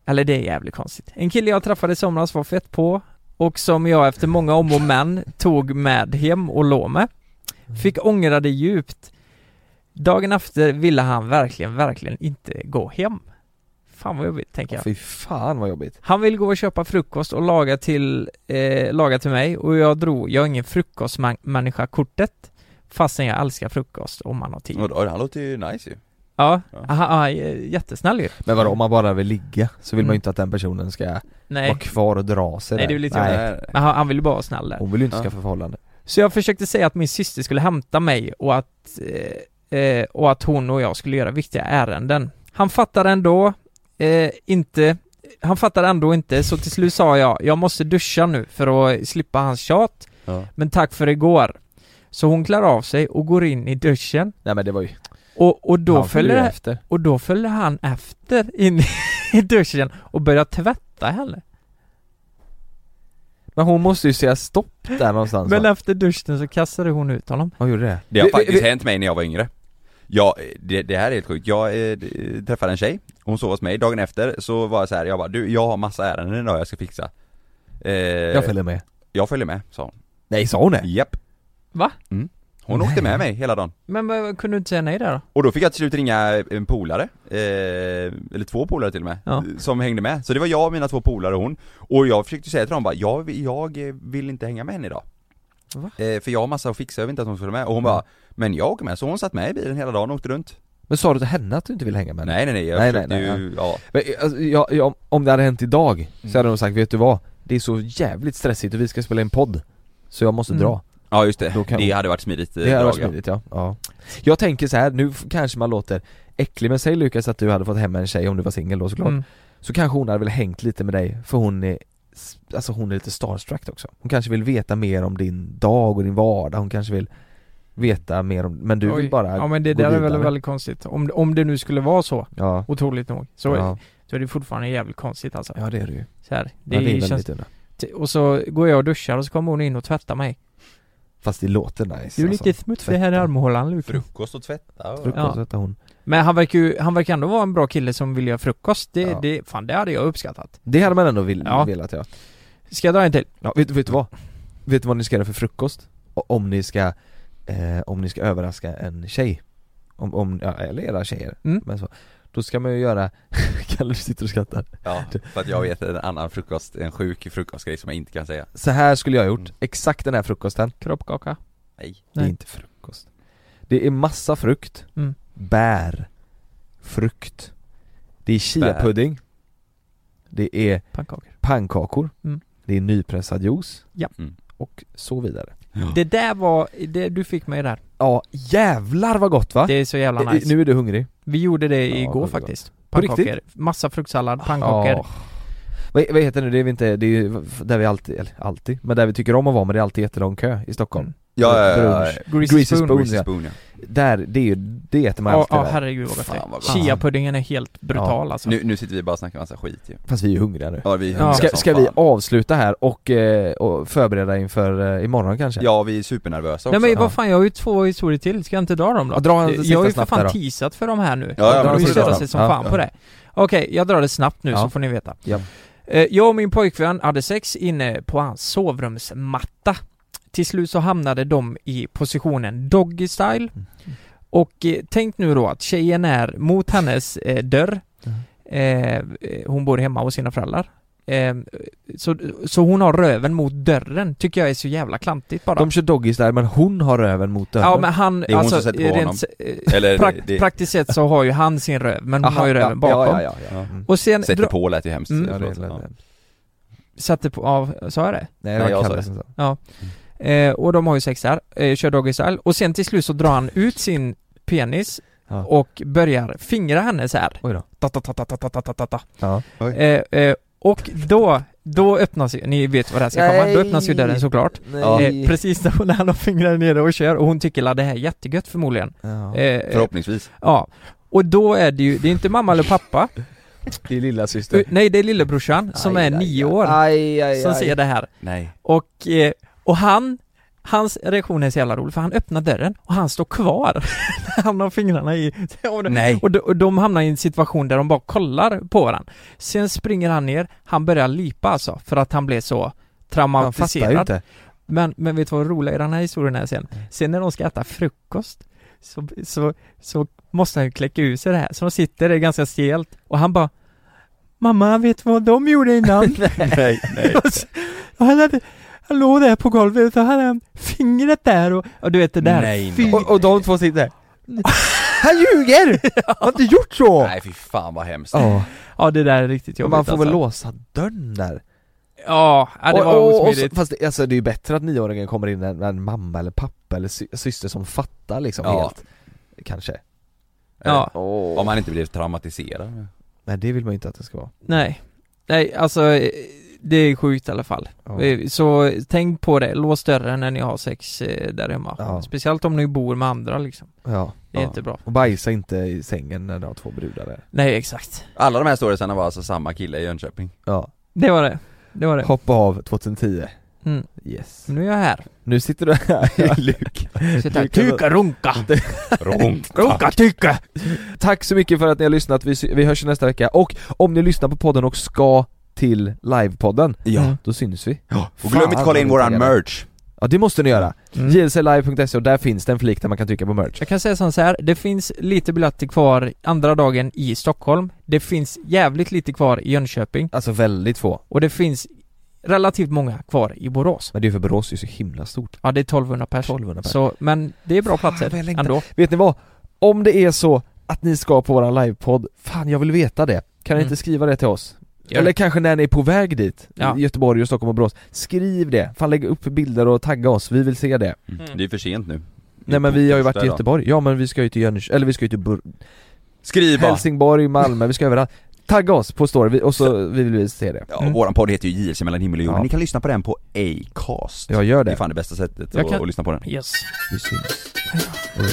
C: eller det är jävligt konstigt. En kille jag träffade i somras var fett på och som jag efter många om och men tog med hem och låg med. Fick ångra det djupt. Dagen efter ville han verkligen, verkligen inte gå hem. Fan vad jobbigt tänker jag.
B: Mm. Fy fan vad jobbigt.
C: Han vill gå och köpa frukost och laga till, eh, laga till mig och jag drog, jag är ingen frukostmänniska kortet fastän jag älskar frukost om man har tid.
D: Och, och han låter ju nice ju.
C: Ja, aha, aha, eh, jättesnäll ju.
B: Men vadå, om man bara vill ligga så vill man
C: Mm.
B: ju inte att den personen ska
C: Nej.
B: vara kvar och dra sig
C: Nej
B: där.
C: det är lite jobbigt. Men han, han vill ju bara vara snäll där.
B: Hon vill ju inte skaffa förhållande.
C: Så jag försökte säga att min syster skulle hämta mig och att, eh, eh, och att hon och jag skulle göra viktiga ärenden. Han fattar ändå eh, inte, han fattar ändå inte, så till slut sa jag, jag måste duscha nu för att slippa hans tjat,
D: Ja.
C: men tack för igår. Så hon klär av sig och går in i duschen.
B: Nej men det var ju...
C: Och, och, då
B: Han följer
C: följer,
B: ju efter.
C: och då följer han efter in i duschen och börjar tvätta henne.
B: Men hon måste ju säga stopp där någonstans
C: Men
B: va?
C: efter duschen så kastade hon ut honom.
B: Hon gjorde det?
D: Det har
B: Vi- vi-
D: faktiskt
B: vi-
D: hänt mig när jag var yngre Ja, det, det här är helt sjukt. Jag eh, d- träffade en tjej, hon sov hos mig, dagen efter så var jag så här, jag bara du, jag har massa ärenden idag jag ska fixa eh, Jag
B: följer med.
D: Jag följer med, sa hon
B: Nej, sa hon det?
D: Japp
C: Va?
D: mm. Hon åkte med mig hela dagen
C: Men, men kunde du inte säga nej där då?
D: och då fick jag till slut ringa en polare, eh, eller två polare till och med, eh,
C: Ja.
D: som hängde med. Så det var jag och mina två polare och hon. Och jag försökte säga till dem bara, jag, jag eh, vill inte hänga med henne idag.
C: Va?
D: Eh, för jag har massa att fixa, jag vill inte att hon skulle med. Och hon
B: Mm.
D: bara, men jag åker med. Så hon satt med i bilen hela dagen och åkte runt.
B: Men sa du till henne att du inte vill hänga med henne?
D: Nej nej nej, jag
B: Nej,
D: försökte
B: nej, nej,
D: ju, ja.
B: Men, alltså, jag, jag, om det hade hänt idag
C: Mm.
B: så hade de sagt, vet du vad? Det är så jävligt stressigt och vi ska spela en podd Så jag måste
D: Mm.
B: dra
D: Ja just
C: Eh,
D: det,
B: Då kan-
D: det hade varit smidigt eh,
B: Det hade varit
D: drag, ja.
B: smidigt ja. ja Jag tänker så här, nu f- kanske man låter äcklig men säg Lukas att du hade fått hem en tjej om du var singel då såklart
C: Mm.
B: Så kanske hon hade väl hängt lite med dig för hon är s- Alltså hon är lite starstruck också Hon kanske vill veta mer om din dag och din vardag, hon kanske vill Veta mer om, men du
C: Oj.
B: vill bara
C: Ja men det
B: gå
C: där är väl
B: vidare.
C: väldigt konstigt. Om, det- om det nu skulle vara så,
B: Ja.
C: otroligt nog, så,
B: Ja.
C: så är det fortfarande jävligt konstigt alltså.
B: Ja det är det ju
C: Så här, det,
B: Ja, det är väldigt
C: känns...
B: udda.
C: T- Och så går jag och duschar och så kommer hon in och tvättar mig.
B: Fast det låter nice alltså.
C: Du är lite smutsig här i armhålan Lukas.
D: Frukost och tvätta och...
B: Frukost ja. hon
C: Men han verkar ju, han verkar ändå vara en bra kille som vill göra frukost. Det, det, fan det hade jag uppskattat.
B: Det hade man ändå vill,
C: Ja.
B: velat ja
C: Ska jag dra en till?
B: Ja, vet, vet du vad? Vet du vad ni ska göra för frukost? O- Om ni ska, eh, om ni ska överraska en tjej om, om, ja, eller era tjejer,
C: Mm.
B: men så Då ska man ju göra, Kalle du sitter och skrattar
D: Ja, för att jag vet en annan frukost, en sjuk frukostgrej som jag inte kan säga.
B: Så här skulle jag ha
C: Mm.
B: gjort, exakt den här frukosten
C: Kroppkaka
D: Nej
B: Det är inte frukost Det är massa frukt,
C: Mm.
B: bär, frukt Det är chiapudding Det är
C: Pannkakor.
B: pannkakor
C: Mm.
B: Det är nypressad juice
C: Ja.
B: Och så vidare
C: Det där var, det, du fick mig där.
B: Ja, jävlar vad gott va?
C: Det är så jävla
B: Eh,
C: nice.
B: Nu är du hungrig
C: Vi gjorde det
B: Ja,
C: igår
B: det var
C: faktiskt.
B: gott. På riktigt?
C: Pannkakor. Massa fruktsallad, pannkakor.
B: Ja. Vad, vad heter det nu? Det är vi inte, det är ju där vi alltid, eller alltid, men där vi tycker om att vara men det är alltid jättelång kö i Stockholm
D: Ja, ja, ja, ja.
B: Brunch.
C: Mm. Greasy
B: Greasy
C: spoon.
B: spoon,
C: Greasy
B: ja.
D: spoon, ja.
B: Där, det är ju, det äter man
C: Ja,
B: alltid
C: ja
B: där.
C: herregud vad gott det
D: Fan, vad
C: är.
D: gott.
C: Chiapuddingen är helt brutal
D: Ja.
C: alltså.
D: Nu, nu sitter vi bara och snackar massa skit ju.
B: Fast vi är ju hungriga nu
D: Ja, vi är hungriga
B: Ska,
D: som
B: ska vi
D: fan.
B: avsluta här och, eh, och förbereda inför eh, imorgon kanske?
D: Ja, vi är supernervösa också.
C: Nej men vad fan, jag har ju två historier till, ska jag inte dra dem då?
B: Ja, dra en
C: Det-
B: sista
C: jag har ju för
B: snabbt
C: fan
B: där då.
C: teasat för de här nu.
B: Ja, ja,
C: de
B: men
C: har ju
B: precis.
C: stört sig som
B: Ja,
C: fan
B: ja.
C: på det. Okej, jag drar det snabbt nu
B: Ja.
C: så får ni veta.
B: Ja.
C: Eh, Jag och min pojkvän hade sex inne på hans sovrumsmatta. Till slut så hamnade de i positionen doggy style.
B: Mm.
C: Och eh, tänk nu då att tjejen är mot hennes eh, dörr.
B: Mm.
C: Eh, eh, hon bor hemma hos sina föräldrar. Eh, så, så hon har röven mot dörren, tycker jag är så jävla klantigt bara.
B: De kör doggies där men hon har röven mot dörren
C: Ja men han,
B: Det är hon
C: alltså,
B: som sätter på
C: rent,
B: honom.
C: eh,
D: Eller
C: prak,
D: det-
C: praktiskt sett så har ju han sin röv, men hon
D: Aha,
C: har ju
D: ja,
C: röven
D: ja,
C: bakom.
D: ja, ja, ja. Mm.
C: Och sen
D: Sätter
C: dra-
D: på lät ju hemskt.
C: Mm.
D: Ja, det lät
C: Sätter på, ja, sa jag det?
B: Nej, det var Nej, jag Kalle sa det. som sa.
C: Ja. Eh, och de har ju sex där, eh, kör doggy style, och sen till slut så drar han ut sin penis och börjar fingra henne så här.
B: Oj då.
C: Ta, ta, ta, ta, ta, ta, ta, ta, ta.
B: Ja. Oj.
C: Eh, eh, och då, då öppnas ju, ni vet vad det här ska komma, då
B: Nej.
C: öppnas ju dörren såklart.
B: Nej.
C: Eh, precis när hon- när han har fingrarna nere och kör, och hon tycker att det här är jättegött förmodligen.
B: Ja.
C: Eh,
D: Förhoppningsvis.
C: Ja. Och då är det ju, det är inte mamma eller pappa.
B: Det är lilla syster.
C: Nej, det är lillebrorsan som
B: Aj,
C: är
B: aj,
C: nio
B: aj.
C: år.
B: Aj, aj,
C: som
B: aj.
C: ser det här.
D: Nej.
C: Och, eh, och han, Hans reaktion är så jävla rolig för han öppnar dörren och han står kvar. han har fingrarna i... Och,
D: Nej.
C: Och, de, och de hamnar i en situation där de bara kollar på varandra. Sen springer han ner, han börjar lipa alltså för att han blev så traumatiserad.
B: ju inte.
C: Men, men vet du vad roligt i den här historien är
D: Mm.
C: sen? Sen när de ska äta frukost så, så, så måste han ju kläcka ur sig det här. Så de sitter där ganska stelt och han bara Mamma, vet du vad de gjorde innan?
D: nej, nej.
C: Och så- och han hade, han låg där på golvet och han hade fingret där och, och du vet det där.
D: Nej,
C: Fy-
D: nej.
C: Och, och de två sitter där.
B: Han ljuger! Har inte gjort så!
D: Nej fy fan vad hemskt.
B: Ja.
C: Ja det där är riktigt jobbigt
B: Man får väl
C: alltså.
B: låsa dörren där?
C: Ja, ja, det var osmidigt.
B: så- Fast det, alltså, det är ju bättre att nioåringen kommer in än en mamma eller pappa eller sy syster som fattar liksom
D: Ja.
B: helt Kanske
C: Ja.
D: Om man inte blir traumatiserad.
B: Nej det vill man ju inte att det ska vara
C: Nej, nej alltså eh, det är sjukt i alla fall.
B: Ja.
C: Eh, Så tänk på det, lås dörren när ni har sex eh, där hemma.
B: Ja.
C: Speciellt om ni bor med andra liksom.
B: Ja
C: Det är
B: ja.
C: inte bra.
B: Och bajsa inte i sängen när du har två brudar där
C: Nej exakt.
D: Alla de här storiesarna var alltså samma kille i Jönköping.
B: Ja
C: Det var det. Det var det.
B: Hoppa av 2010
C: Mm.
B: Yes
C: Nu är jag här.
B: Nu sitter du här Luke
C: Sitter här. Tyka, runka.
B: Runka tyka Tack så mycket för att ni har lyssnat, vi, sy- vi hörs ju nästa vecka och om ni lyssnar på podden och ska till livepodden mm,
D: Ja.
B: Då syns vi
D: Och glöm inte kolla in våran merch. Mm.
B: Ja det måste ni göra! jlclive.se E, och där finns det en flik där man kan trycka på merch
C: Jag kan säga som så här, det finns lite biljetter kvar andra dagen i Stockholm. Det finns jävligt lite kvar i Jönköping.
B: Alltså väldigt få
C: Och det finns relativt många kvar i Borås.
B: Men det är ju för Borås är ju så himla stort
C: Ja, det är 1200 pers.
B: 1200 pers.
C: Så, men det är bra
B: vad jag
C: platser
B: längtar.
C: ändå.
B: Vet ni vad? Om det är så att ni ska på våran livepodd, fan jag vill veta det Kan ni
C: Mm.
B: inte skriva det till oss?
C: Gör
B: Eller
C: det.
B: kanske när ni är på väg dit,
C: Ja.
B: Göteborg, och Stockholm och Borås Skriv det, fan lägg upp bilder och tagga oss, vi vill se det
I: Mm.
D: Det är för sent nu.
B: Nej men vi har ju varit i
D: Där då.
B: Göteborg, ja men vi ska ju till Jönköping, eller vi ska ju till Bur-
D: Skriv bara.
B: Helsingborg, Malmö, vi ska överallt Tagga oss på story, vi- och så vi vill vi se det
D: Ja, och våran podd heter ju JLC mellan himmel och jord.
B: Ja.
D: Ni kan lyssna på den på Acast.
B: Jag gör det.
D: Det är fan det bästa sättet
C: Jag
D: att,
C: kan-
D: att lyssna på den.
C: Yes.
B: Vi syns och vi hörs.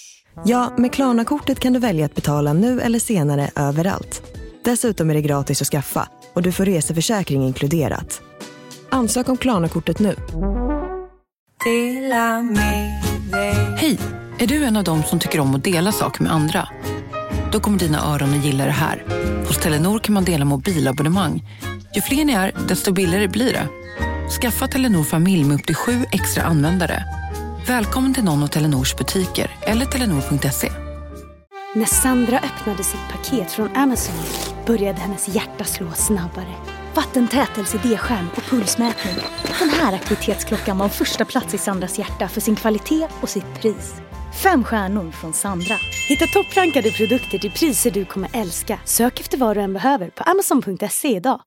A: Ja, med Klarna-kortet kan du välja att betala nu eller senare överallt. Dessutom är det gratis att skaffa och du får reseförsäkring inkluderat. Ansök om Klarna-kortet nu.
J: Hej! Är du en av dem som tycker om att dela saker med andra? Då kommer dina öron att gilla det här. Hos Telenor kan man dela mobilabonnemang. Ju fler ni är, desto billigare blir det. Skaffa Telenor familj med upp till sju extra användare. Välkommen till någon av Telenors butiker eller telenor.se.
K: När Sandra öppnade sitt paket från Amazon började hennes hjärta slå snabbare. Vattentätelse, D-skärm och pulsmätning. Den här aktivitetsklockan var en första plats i Sandras hjärta för sin kvalitet och sitt pris. Fem stjärnor från Sandra. Hitta topprankade produkter till priser du kommer älska. Sök efter vad du än behöver på amazon.se idag.